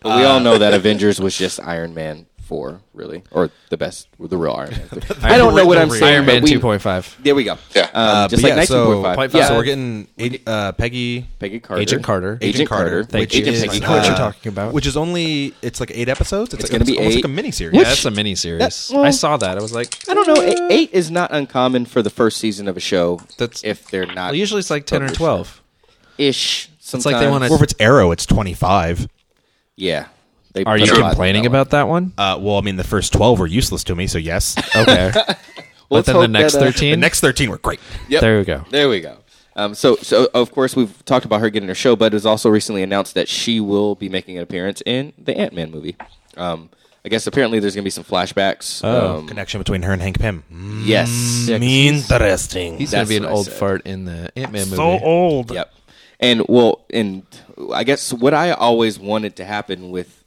[SPEAKER 1] But we all know that Avengers was just Iron Man four, really, or the best, the real Iron Man. I don't know what I'm saying.
[SPEAKER 2] Iron Man
[SPEAKER 1] but we-
[SPEAKER 2] 2.5.
[SPEAKER 1] There we go.
[SPEAKER 5] Yeah.
[SPEAKER 1] Um,
[SPEAKER 4] Uh,
[SPEAKER 1] just
[SPEAKER 4] but
[SPEAKER 1] like
[SPEAKER 4] yeah, so,
[SPEAKER 1] 19.5.
[SPEAKER 4] so
[SPEAKER 1] yeah.
[SPEAKER 4] we're getting Ag- uh, Peggy
[SPEAKER 1] Peggy Carter,
[SPEAKER 2] Agent Carter.
[SPEAKER 1] Agent, Carter.
[SPEAKER 2] Thank
[SPEAKER 1] Agent
[SPEAKER 2] you.
[SPEAKER 1] Peggy
[SPEAKER 2] I know what
[SPEAKER 1] Carter.
[SPEAKER 2] you're talking about.
[SPEAKER 4] uh, Which is only it's like eight episodes. It's,
[SPEAKER 1] It's
[SPEAKER 4] like,
[SPEAKER 1] gonna be
[SPEAKER 4] almost
[SPEAKER 1] eight.
[SPEAKER 4] like a mini series.
[SPEAKER 2] Yeah, that's a miniseries.
[SPEAKER 1] that- well-
[SPEAKER 2] I saw that. I was like, "Eh."
[SPEAKER 1] I don't know. eh, Eight, eight is not uncommon for the first season of a show.
[SPEAKER 2] That's-
[SPEAKER 1] if they're not
[SPEAKER 2] well, usually it's like 10 or
[SPEAKER 1] published.
[SPEAKER 2] 12.
[SPEAKER 1] ish.
[SPEAKER 2] It's like they
[SPEAKER 1] sometimes.
[SPEAKER 2] want
[SPEAKER 4] Or if
[SPEAKER 2] to.
[SPEAKER 4] it's Arrow, it's twenty five.
[SPEAKER 1] Yeah. They
[SPEAKER 2] Are
[SPEAKER 1] put a
[SPEAKER 2] you
[SPEAKER 1] lot in
[SPEAKER 2] complaining
[SPEAKER 1] that one.
[SPEAKER 2] about that one?
[SPEAKER 4] Uh, well, I mean, the first twelve were useless to me, so yes.
[SPEAKER 2] Okay. but
[SPEAKER 1] Let's
[SPEAKER 2] then the
[SPEAKER 1] hope
[SPEAKER 2] next
[SPEAKER 1] that, uh,
[SPEAKER 2] 13?
[SPEAKER 4] the next thirteen were great.
[SPEAKER 1] Yep.
[SPEAKER 2] There we go.
[SPEAKER 1] There we go. Um, so, so of course we've talked about her getting her show, but it was also recently announced that she will be making an appearance in the Ant Man movie. Um, I guess apparently there's going to be some flashbacks. Oh, um,
[SPEAKER 4] Connection between her and Hank Pym. Mm,
[SPEAKER 1] yes.
[SPEAKER 4] Interesting.
[SPEAKER 2] He's going
[SPEAKER 1] That's
[SPEAKER 2] to be an
[SPEAKER 1] what I
[SPEAKER 2] old
[SPEAKER 1] said.
[SPEAKER 2] fart in the Ant Man movie.
[SPEAKER 4] old.
[SPEAKER 1] Yep. And well, and I guess what I always wanted to happen with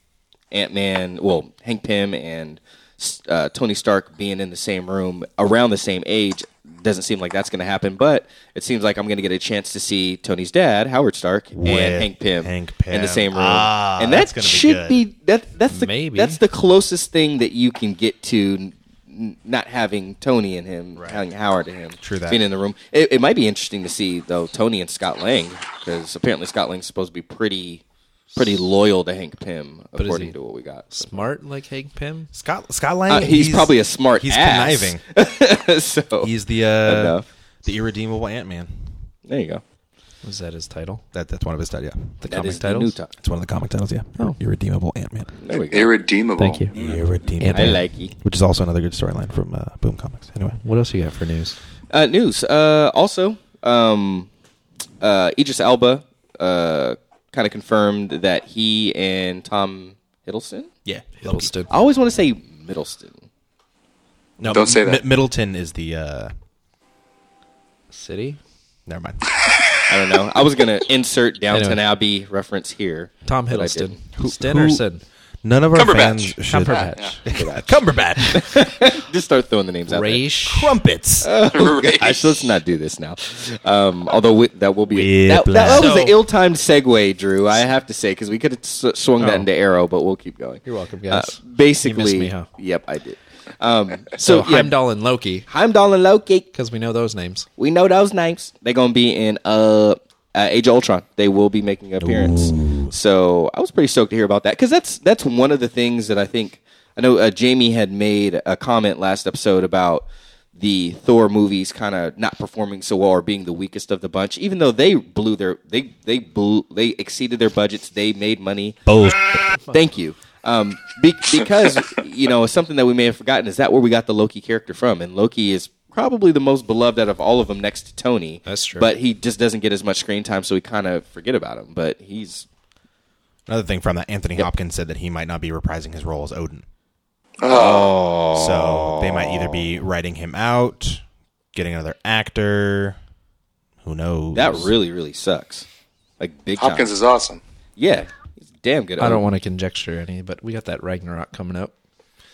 [SPEAKER 1] Ant Man, well, Hank Pym and s- uh, Tony Stark being in the same room around the same age. Doesn't seem like that's going to happen, but it seems like I'm going to get a chance to see Tony's dad, Howard Stark, and
[SPEAKER 4] With
[SPEAKER 1] Hank Pym,
[SPEAKER 4] Hank
[SPEAKER 1] in the
[SPEAKER 4] Pym.
[SPEAKER 1] same room,
[SPEAKER 4] Ah,
[SPEAKER 1] and
[SPEAKER 4] that's
[SPEAKER 1] that
[SPEAKER 4] gonna be
[SPEAKER 1] should
[SPEAKER 4] good.
[SPEAKER 1] be, that. That's the
[SPEAKER 2] Maybe.
[SPEAKER 1] that's the closest thing that you can get to n- n- not having Tony and him, having Howard and him,
[SPEAKER 4] True that.
[SPEAKER 1] being in the room. It, it might be interesting to see though Tony and Scott Lang because apparently Scott Lang's supposed to be pretty pretty loyal to Hank Pym
[SPEAKER 2] is
[SPEAKER 1] according
[SPEAKER 2] he-
[SPEAKER 1] to what we got.
[SPEAKER 2] Smart like Hank Pym.
[SPEAKER 4] Scott Scott Lang.
[SPEAKER 1] Uh, he's, probably a smart.
[SPEAKER 4] He's
[SPEAKER 1] ass.
[SPEAKER 4] conniving.
[SPEAKER 1] so
[SPEAKER 4] He's the uh,
[SPEAKER 1] Enough.
[SPEAKER 4] the irredeemable Ant Man.
[SPEAKER 1] there you go.
[SPEAKER 2] Was that his title?
[SPEAKER 4] That that's one of his titles. Yeah,
[SPEAKER 2] The
[SPEAKER 1] That
[SPEAKER 2] comic
[SPEAKER 1] is the new
[SPEAKER 2] titles.
[SPEAKER 1] top.
[SPEAKER 4] it's one of the comic titles. Yeah.
[SPEAKER 2] Oh.
[SPEAKER 4] irredeemable Ant Man.
[SPEAKER 1] There we go.
[SPEAKER 3] Irredeemable.
[SPEAKER 2] Thank you.
[SPEAKER 4] Irredeemable.
[SPEAKER 1] I like it.
[SPEAKER 4] Which is also another good storyline from uh, Boom Comics. Anyway,
[SPEAKER 2] What else you got for news?
[SPEAKER 1] Uh, news. Uh, also, um, uh, Idris Alba uh, kind of confirmed that he and Tom Hiddleston.
[SPEAKER 4] yeah,
[SPEAKER 2] Hiddleston.
[SPEAKER 1] I always want to say Middleston.
[SPEAKER 4] No,
[SPEAKER 3] Don't say that.
[SPEAKER 4] Mi- Middleton is the. Uh,
[SPEAKER 2] City.
[SPEAKER 4] never mind.
[SPEAKER 1] I don't know. I was gonna insert Downton
[SPEAKER 2] Anyway.
[SPEAKER 1] Abbey reference here.
[SPEAKER 2] Tom
[SPEAKER 1] but I
[SPEAKER 2] Hiddleston.
[SPEAKER 1] didn't.
[SPEAKER 2] Stenerson.
[SPEAKER 4] None of our
[SPEAKER 3] Cumberbatch.
[SPEAKER 4] fans should.
[SPEAKER 2] Cumberbatch.
[SPEAKER 4] Cumberbatch.
[SPEAKER 1] Just start throwing the names out. There.
[SPEAKER 2] Raish.
[SPEAKER 4] Crumpets.
[SPEAKER 1] I should, let's not do this now. Um, although we, that will be that,
[SPEAKER 4] Whiplash.
[SPEAKER 1] that was an
[SPEAKER 2] So-
[SPEAKER 1] ill-timed segue, Drew. I have to say because we could have s- swung that
[SPEAKER 2] Oh.
[SPEAKER 1] into arrow, but we'll keep going. Uh,
[SPEAKER 2] You're welcome, guys. You
[SPEAKER 1] basically,
[SPEAKER 2] missed me, huh?
[SPEAKER 1] yep, I did. Um,
[SPEAKER 2] So
[SPEAKER 1] so, yeah,
[SPEAKER 2] Heimdall and Loki,
[SPEAKER 1] Heimdall and Loki.
[SPEAKER 2] because we know those names.
[SPEAKER 1] We know those names. They're gonna be in uh, uh Age of Ultron. They will be making an appearance. So I was pretty stoked to hear about that because that's that's one of the things that I think I know. Uh, Jamie had made a comment last episode about the Thor movies kind of not performing so well or being the weakest of the bunch, even though they blew their they they blew they exceeded their budgets. They made money.
[SPEAKER 4] Both.
[SPEAKER 1] Thank you. Um, be- because you know something that we may have forgotten is that where we got the Loki character from, and Loki is probably the most beloved out of all of them next to Tony.
[SPEAKER 2] That's true.
[SPEAKER 1] But he just doesn't get as much screen time, so we kind of forget about him. But he's
[SPEAKER 4] Another thing from that, Anthony Hopkins said that he might not be reprising his role as Odin. Oh. So they might either be writing him out, getting another actor. Who knows?
[SPEAKER 1] that really really sucks. Like big time.
[SPEAKER 3] Hopkins is awesome.
[SPEAKER 1] yeah, he's damn good. at
[SPEAKER 2] I
[SPEAKER 4] Um,
[SPEAKER 2] don't
[SPEAKER 1] it.
[SPEAKER 2] want to conjecture any, but we got that Ragnarok coming up.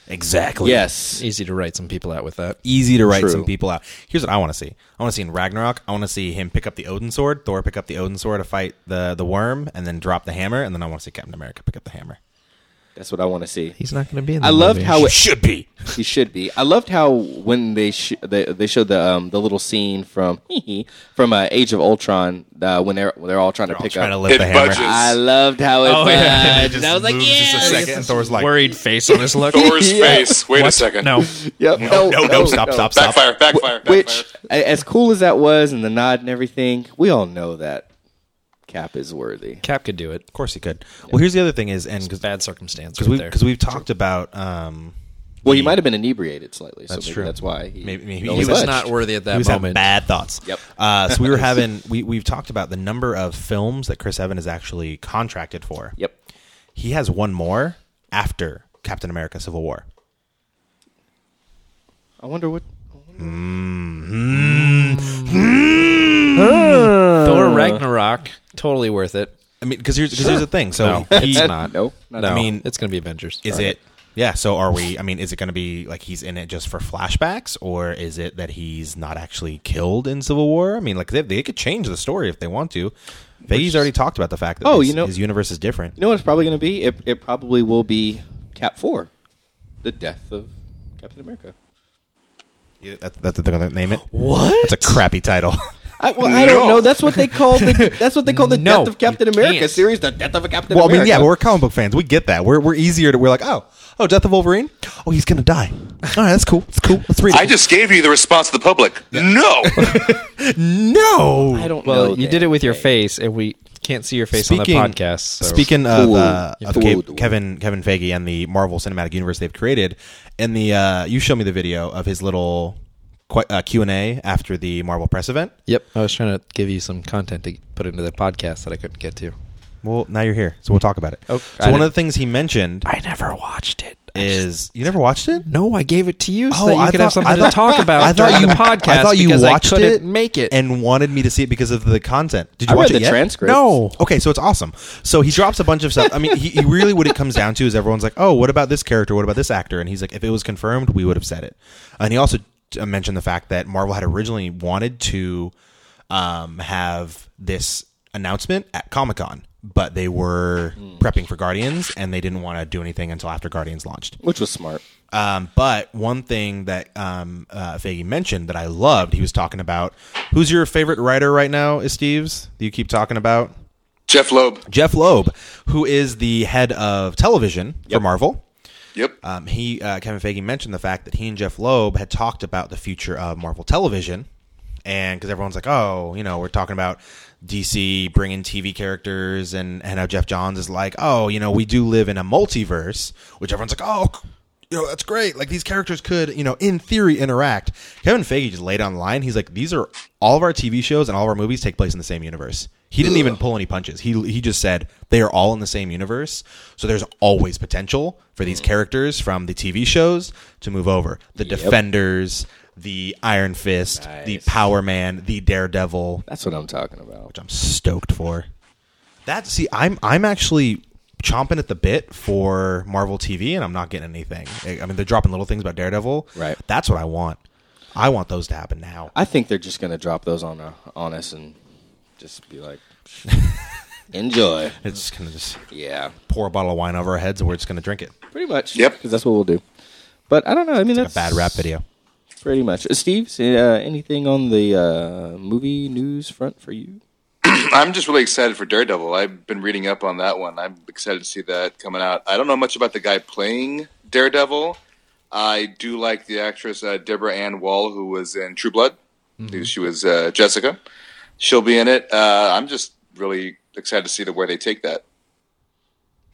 [SPEAKER 4] exactly.
[SPEAKER 1] Yes,
[SPEAKER 2] Easy to write some people out with that.
[SPEAKER 4] Easy to write
[SPEAKER 1] True.
[SPEAKER 4] some people out. Here's what I want to see. I want to see in Ragnarok. I want to see him pick up the Odin sword, Thor pick up the Odin sword to fight the the worm, and then drop the hammer. And then I want to see Captain America pick up the hammer.
[SPEAKER 1] that's what I want to see.
[SPEAKER 2] He's not going to be in.
[SPEAKER 1] I
[SPEAKER 2] that
[SPEAKER 1] loved
[SPEAKER 2] movie.
[SPEAKER 1] how it
[SPEAKER 4] Should be.
[SPEAKER 1] He should be. I loved how when they sh- they, they showed the um, the little scene from from uh, Age of Ultron uh, when they're when they're all trying to pick
[SPEAKER 4] Trying
[SPEAKER 1] up.
[SPEAKER 4] to lift
[SPEAKER 3] It
[SPEAKER 4] the hammer.
[SPEAKER 3] budges.
[SPEAKER 1] I loved how it.
[SPEAKER 2] Oh,
[SPEAKER 1] was.
[SPEAKER 2] yeah.
[SPEAKER 4] Just
[SPEAKER 1] I was like,
[SPEAKER 4] moves
[SPEAKER 1] yeah.
[SPEAKER 4] just a second, and Thor's like,
[SPEAKER 2] worried face on his look.
[SPEAKER 3] Thor's face. Wait a second.
[SPEAKER 2] No,
[SPEAKER 1] Yep.
[SPEAKER 4] no, no,
[SPEAKER 1] Oh,
[SPEAKER 4] no, stop, stop, stop.
[SPEAKER 3] Backfire, backfire, backfire.
[SPEAKER 1] Which, a- as cool as that was, and the nod and everything, we all know that Cap is worthy.
[SPEAKER 2] Cap could do it.
[SPEAKER 4] Of course he could. Well, here's the other thing is, and because
[SPEAKER 2] Bad circumstance
[SPEAKER 4] because
[SPEAKER 2] right
[SPEAKER 4] we've,
[SPEAKER 2] there.
[SPEAKER 4] 'cause we've talked about um,
[SPEAKER 1] Well, he might have been inebriated slightly, so
[SPEAKER 4] That's
[SPEAKER 1] maybe
[SPEAKER 4] true.
[SPEAKER 1] that's why he,
[SPEAKER 4] Maybe- maybe
[SPEAKER 1] no
[SPEAKER 4] he
[SPEAKER 2] he
[SPEAKER 1] one
[SPEAKER 2] was
[SPEAKER 1] budged.
[SPEAKER 2] not worthy at
[SPEAKER 4] he
[SPEAKER 2] that
[SPEAKER 4] was having
[SPEAKER 2] moment.
[SPEAKER 4] bad thoughts.
[SPEAKER 1] Yep.
[SPEAKER 4] Uh, so we were having we we've talked about the number of films that Chris Evans is actually contracted for.
[SPEAKER 1] Yep.
[SPEAKER 4] He has one more after Captain America: Civil War.
[SPEAKER 1] I wonder what.
[SPEAKER 4] Uh,
[SPEAKER 2] Thor Ragnarok, totally worth it.
[SPEAKER 4] I mean, because here's 'cause here's the thing. So
[SPEAKER 2] Uh, No.
[SPEAKER 4] he's
[SPEAKER 2] It's
[SPEAKER 4] not.
[SPEAKER 1] No, not
[SPEAKER 4] I
[SPEAKER 1] no.
[SPEAKER 4] mean,
[SPEAKER 2] It's going to be Avengers.
[SPEAKER 4] is it? Yeah. So are we? I mean, is it going to be like he's in it just for flashbacks, or is it that he's not actually killed in Civil War? I mean, like they, they could change the story if they want to. Veggies already talked about the fact that
[SPEAKER 1] Oh,
[SPEAKER 4] his,
[SPEAKER 1] you know-
[SPEAKER 4] his universe is different.
[SPEAKER 1] You know what it's probably going to be? It, it probably will be Cap 4, the death of Captain America.
[SPEAKER 4] Yeah, That's, that's what they're gonna name it.
[SPEAKER 2] What?
[SPEAKER 4] That's a crappy title.
[SPEAKER 1] I, well, I don't know. That's what they call the that's what they call the
[SPEAKER 2] No,
[SPEAKER 1] death of Captain
[SPEAKER 2] you
[SPEAKER 1] America
[SPEAKER 2] can't.
[SPEAKER 1] series. The death of a Captain
[SPEAKER 4] well, I
[SPEAKER 1] America.
[SPEAKER 4] mean, yeah, but we're comic book fans. We get that. We're we're easier to. We're like, oh, oh, Death of Wolverine. Oh, he's gonna die. All right, that's cool. It's cool. Let's read it.
[SPEAKER 5] I just gave you the response of the public. No.
[SPEAKER 4] no.
[SPEAKER 1] I don't
[SPEAKER 2] Well,
[SPEAKER 1] know.
[SPEAKER 2] you
[SPEAKER 1] that.
[SPEAKER 2] did it with your face, and we can't see your face
[SPEAKER 4] Speaking-
[SPEAKER 2] on the podcast. So.
[SPEAKER 4] Speaking of, uh,
[SPEAKER 1] Fooled.
[SPEAKER 4] of
[SPEAKER 1] Fooled
[SPEAKER 4] Cave-
[SPEAKER 1] the world.
[SPEAKER 4] Kevin Kevin Feige and the Marvel Cinematic Universe they've created, in the uh, you show me the video of his little uh, Q and A after the Marvel press event.
[SPEAKER 2] Yep, I was trying to give you some content to put into the podcast that I couldn't get to.
[SPEAKER 4] Well, now you're here, so we'll talk about it.
[SPEAKER 2] Oh,
[SPEAKER 4] so
[SPEAKER 2] I
[SPEAKER 4] one
[SPEAKER 2] didn't-
[SPEAKER 4] of the things he mentioned
[SPEAKER 2] I never watched it.
[SPEAKER 4] is you never watched it?
[SPEAKER 2] Eh, No, I gave it to you so
[SPEAKER 4] Oh,
[SPEAKER 2] that you
[SPEAKER 4] I
[SPEAKER 2] could have
[SPEAKER 4] thought-
[SPEAKER 2] something
[SPEAKER 4] I thought-
[SPEAKER 2] to talk about
[SPEAKER 4] I thought
[SPEAKER 2] during
[SPEAKER 4] you
[SPEAKER 2] the podcast.
[SPEAKER 4] I thought you
[SPEAKER 2] because I
[SPEAKER 4] watched
[SPEAKER 2] couldn't
[SPEAKER 4] it,
[SPEAKER 2] make it.
[SPEAKER 4] and wanted me to see it because of the content. Did you
[SPEAKER 1] I
[SPEAKER 4] watch
[SPEAKER 1] read
[SPEAKER 4] it
[SPEAKER 1] the
[SPEAKER 4] yet?
[SPEAKER 1] transcripts.
[SPEAKER 4] No. Okay, so it's awesome. So he drops a bunch of stuff. I mean, he, he really what it comes down to is everyone's like, "Oh, what about this character? What about this actor?" And he's like, "If it was confirmed, we would have said it." And he also uh, mentioned the fact that Marvel had originally wanted to um, have this announcement at Comic Con, but they were
[SPEAKER 1] Hmm.
[SPEAKER 4] prepping for Guardians, and they didn't want to do anything until after Guardians launched.
[SPEAKER 1] which was smart.
[SPEAKER 4] Um, but one thing that um, uh, Faggy mentioned that I loved, he was talking about who's your favorite writer right now, is Steve's that you keep talking about?
[SPEAKER 3] Jeff Loeb.
[SPEAKER 4] Jeff Loeb, who is the head of television for Marvel.
[SPEAKER 3] Yep.
[SPEAKER 4] Um, he uh, Kevin Feige mentioned the fact that he and Jeff Loeb had talked about the future of Marvel Television, and because everyone's like, oh, you know, we're talking about DC bringing TV characters, and and how Jeff Johns is like, oh, you know, we do live in a multiverse, which everyone's like, oh. c- You know that's great. Like these characters could, you know, in theory, interact. Kevin Feige just laid on the line. He's like, these are all of our TV shows and all of our movies take place in the same universe. He didn't even pull any punches. He he just said they are all in the same universe, so there's always potential for these characters from the TV shows to move over. The Defenders, the Iron Fist, the
[SPEAKER 1] Nice.
[SPEAKER 4] Power Man, the Daredevil,
[SPEAKER 1] That's what I'm talking about.
[SPEAKER 4] which I'm stoked for. That see, I'm I'm actually chomping at the bit for Marvel TV, and I'm not getting anything. I I mean, they're dropping little things about Daredevil.
[SPEAKER 1] Right.
[SPEAKER 4] That's what I want. I want those to happen now.
[SPEAKER 1] I think they're just gonna drop those on uh, on us and just be like, enjoy.
[SPEAKER 4] It's just gonna just
[SPEAKER 1] Yeah,
[SPEAKER 4] pour a bottle of wine over our heads, and we're just gonna drink it.
[SPEAKER 1] pretty much.
[SPEAKER 3] Yep.
[SPEAKER 1] because that's what we'll do. But I don't know. I mean,
[SPEAKER 4] A
[SPEAKER 1] that's
[SPEAKER 4] bad rap video.
[SPEAKER 1] Pretty much. Uh, Steve, say, uh, anything on the uh, movie news front for you?
[SPEAKER 3] I'm just really excited for Daredevil. I've been reading up on that one. I'm excited to see that coming out. I don't know much about the guy playing Daredevil. I do like the actress uh, Deborah Ann Wall, who was in True Blood.
[SPEAKER 1] Mm-hmm.
[SPEAKER 3] She was uh, Jessica. She'll be in it. Uh, I'm just really excited to see the where they take that.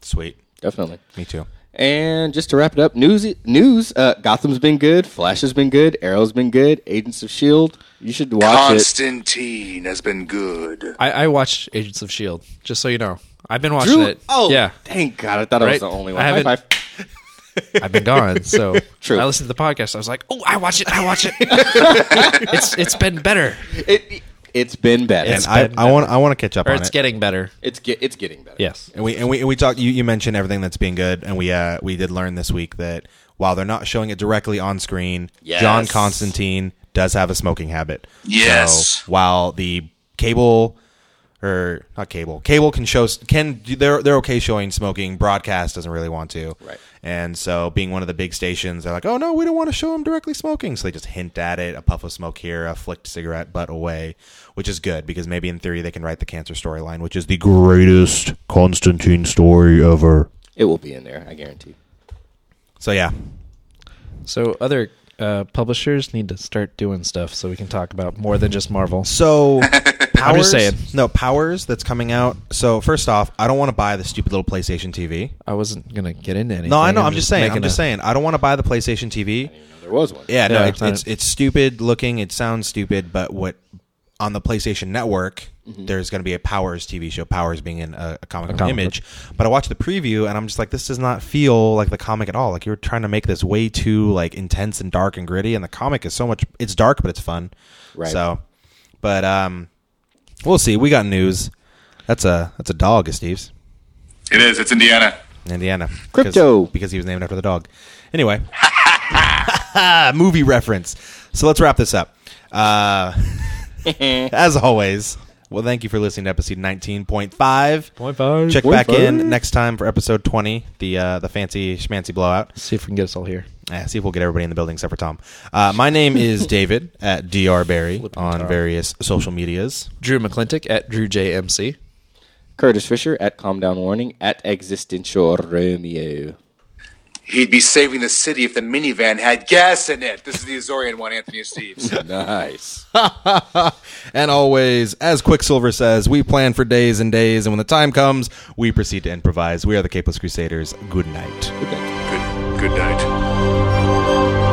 [SPEAKER 4] Sweet.
[SPEAKER 1] Definitely.
[SPEAKER 4] Me too.
[SPEAKER 1] And just to wrap it up, news news. Uh, Gotham's been good. Flash has been good. Arrow's been good. Agents of Shield. E You should watch it.
[SPEAKER 3] Constantine has been good.
[SPEAKER 2] I, I watched Agents of Shield. Just so you know, I've been watching it.
[SPEAKER 1] Oh,
[SPEAKER 2] yeah,
[SPEAKER 1] Thank God, I thought I was
[SPEAKER 2] Right?
[SPEAKER 1] the only
[SPEAKER 2] I
[SPEAKER 1] one. High
[SPEAKER 2] haven't-
[SPEAKER 1] five.
[SPEAKER 2] I've been gone. So
[SPEAKER 1] True.
[SPEAKER 2] I listened to the podcast. I was like, oh, I watch it. I watch it. it's it's been better,
[SPEAKER 1] It, it's been better.
[SPEAKER 2] It's-
[SPEAKER 1] It's,
[SPEAKER 4] I,
[SPEAKER 2] bad.
[SPEAKER 4] I want I want to catch up
[SPEAKER 2] or
[SPEAKER 4] on
[SPEAKER 2] it's
[SPEAKER 4] it.
[SPEAKER 2] getting better.
[SPEAKER 1] get, it's getting better.
[SPEAKER 2] Yes.
[SPEAKER 4] and we and we and we talked. You, you mentioned everything that's being good, and we uh we did learn this week that while they're not showing it directly on screen,
[SPEAKER 1] Yes.
[SPEAKER 4] John Constantine does have a smoking habit.
[SPEAKER 3] Yes.
[SPEAKER 4] So while the cable or not cable, cable can show can they're they're okay showing smoking. Broadcast doesn't really want to.
[SPEAKER 1] Right.
[SPEAKER 4] And so being one of the big stations, they're like, oh no, we don't want to show him directly smoking. So they just hint at it, a puff of smoke here, a flicked cigarette butt away, which is good because maybe in theory they can write the cancer storyline, which is the greatest Constantine story ever.
[SPEAKER 1] It will be in there. I guarantee.
[SPEAKER 4] So yeah,
[SPEAKER 2] So other uh, publishers need to start doing stuff so we can talk about more than just Marvel.
[SPEAKER 4] So powers,
[SPEAKER 2] saying.
[SPEAKER 4] No powers that's coming out. So first off, I don't want to buy the stupid little PlayStation TV.
[SPEAKER 2] I wasn't gonna get into anything.
[SPEAKER 4] No, I know. I'm just saying. I'm
[SPEAKER 2] making
[SPEAKER 4] just
[SPEAKER 2] a-
[SPEAKER 4] saying. I don't want to buy the PlayStation TV.
[SPEAKER 1] No, there was one.
[SPEAKER 4] Yeah, no,
[SPEAKER 2] Yeah,
[SPEAKER 4] it's
[SPEAKER 2] it's not-
[SPEAKER 4] it's, it's stupid looking. It sounds stupid, but what on the PlayStation Network, there's going to be a Powers TV show. Powers being in a, a comic book
[SPEAKER 2] comic
[SPEAKER 4] image, but I watched the preview and I'm just like, this does not feel like the comic at all. Like you're trying to make this way too like intense and dark and gritty, and the comic is so much. It's dark, but it's fun.
[SPEAKER 1] Right.
[SPEAKER 4] So, but um, we'll see. We got news. That's a that's a dog, Steve's
[SPEAKER 5] It is. It's Indiana.
[SPEAKER 4] Indiana.
[SPEAKER 1] Crypto.
[SPEAKER 4] Because, because he was named after the dog. Anyway, movie reference. So let's wrap this up. Uh, as always, well, thank you for listening to episode 19.5.
[SPEAKER 2] Point five.
[SPEAKER 4] Check back in next time for episode 20, the uh, the fancy schmancy blowout.
[SPEAKER 2] See if we can get us all here.
[SPEAKER 4] Uh, see if we'll get everybody in the building except for Tom. Uh, my name is David at Dr. Barry on various social medias.
[SPEAKER 2] Drew McClintock at Drew JMC.
[SPEAKER 1] Curtis Fisher at Calm Down Warning at Existential Romeo.
[SPEAKER 3] He'd be saving the city if the minivan had gas in it. This is the Azorian one, Anthony Steves.
[SPEAKER 1] Nice.
[SPEAKER 4] And always, as Quicksilver says, we plan for days and days, and when the time comes, we proceed to improvise. We are the Capeless Crusaders. Good night.
[SPEAKER 3] good, good night.
[SPEAKER 5] Good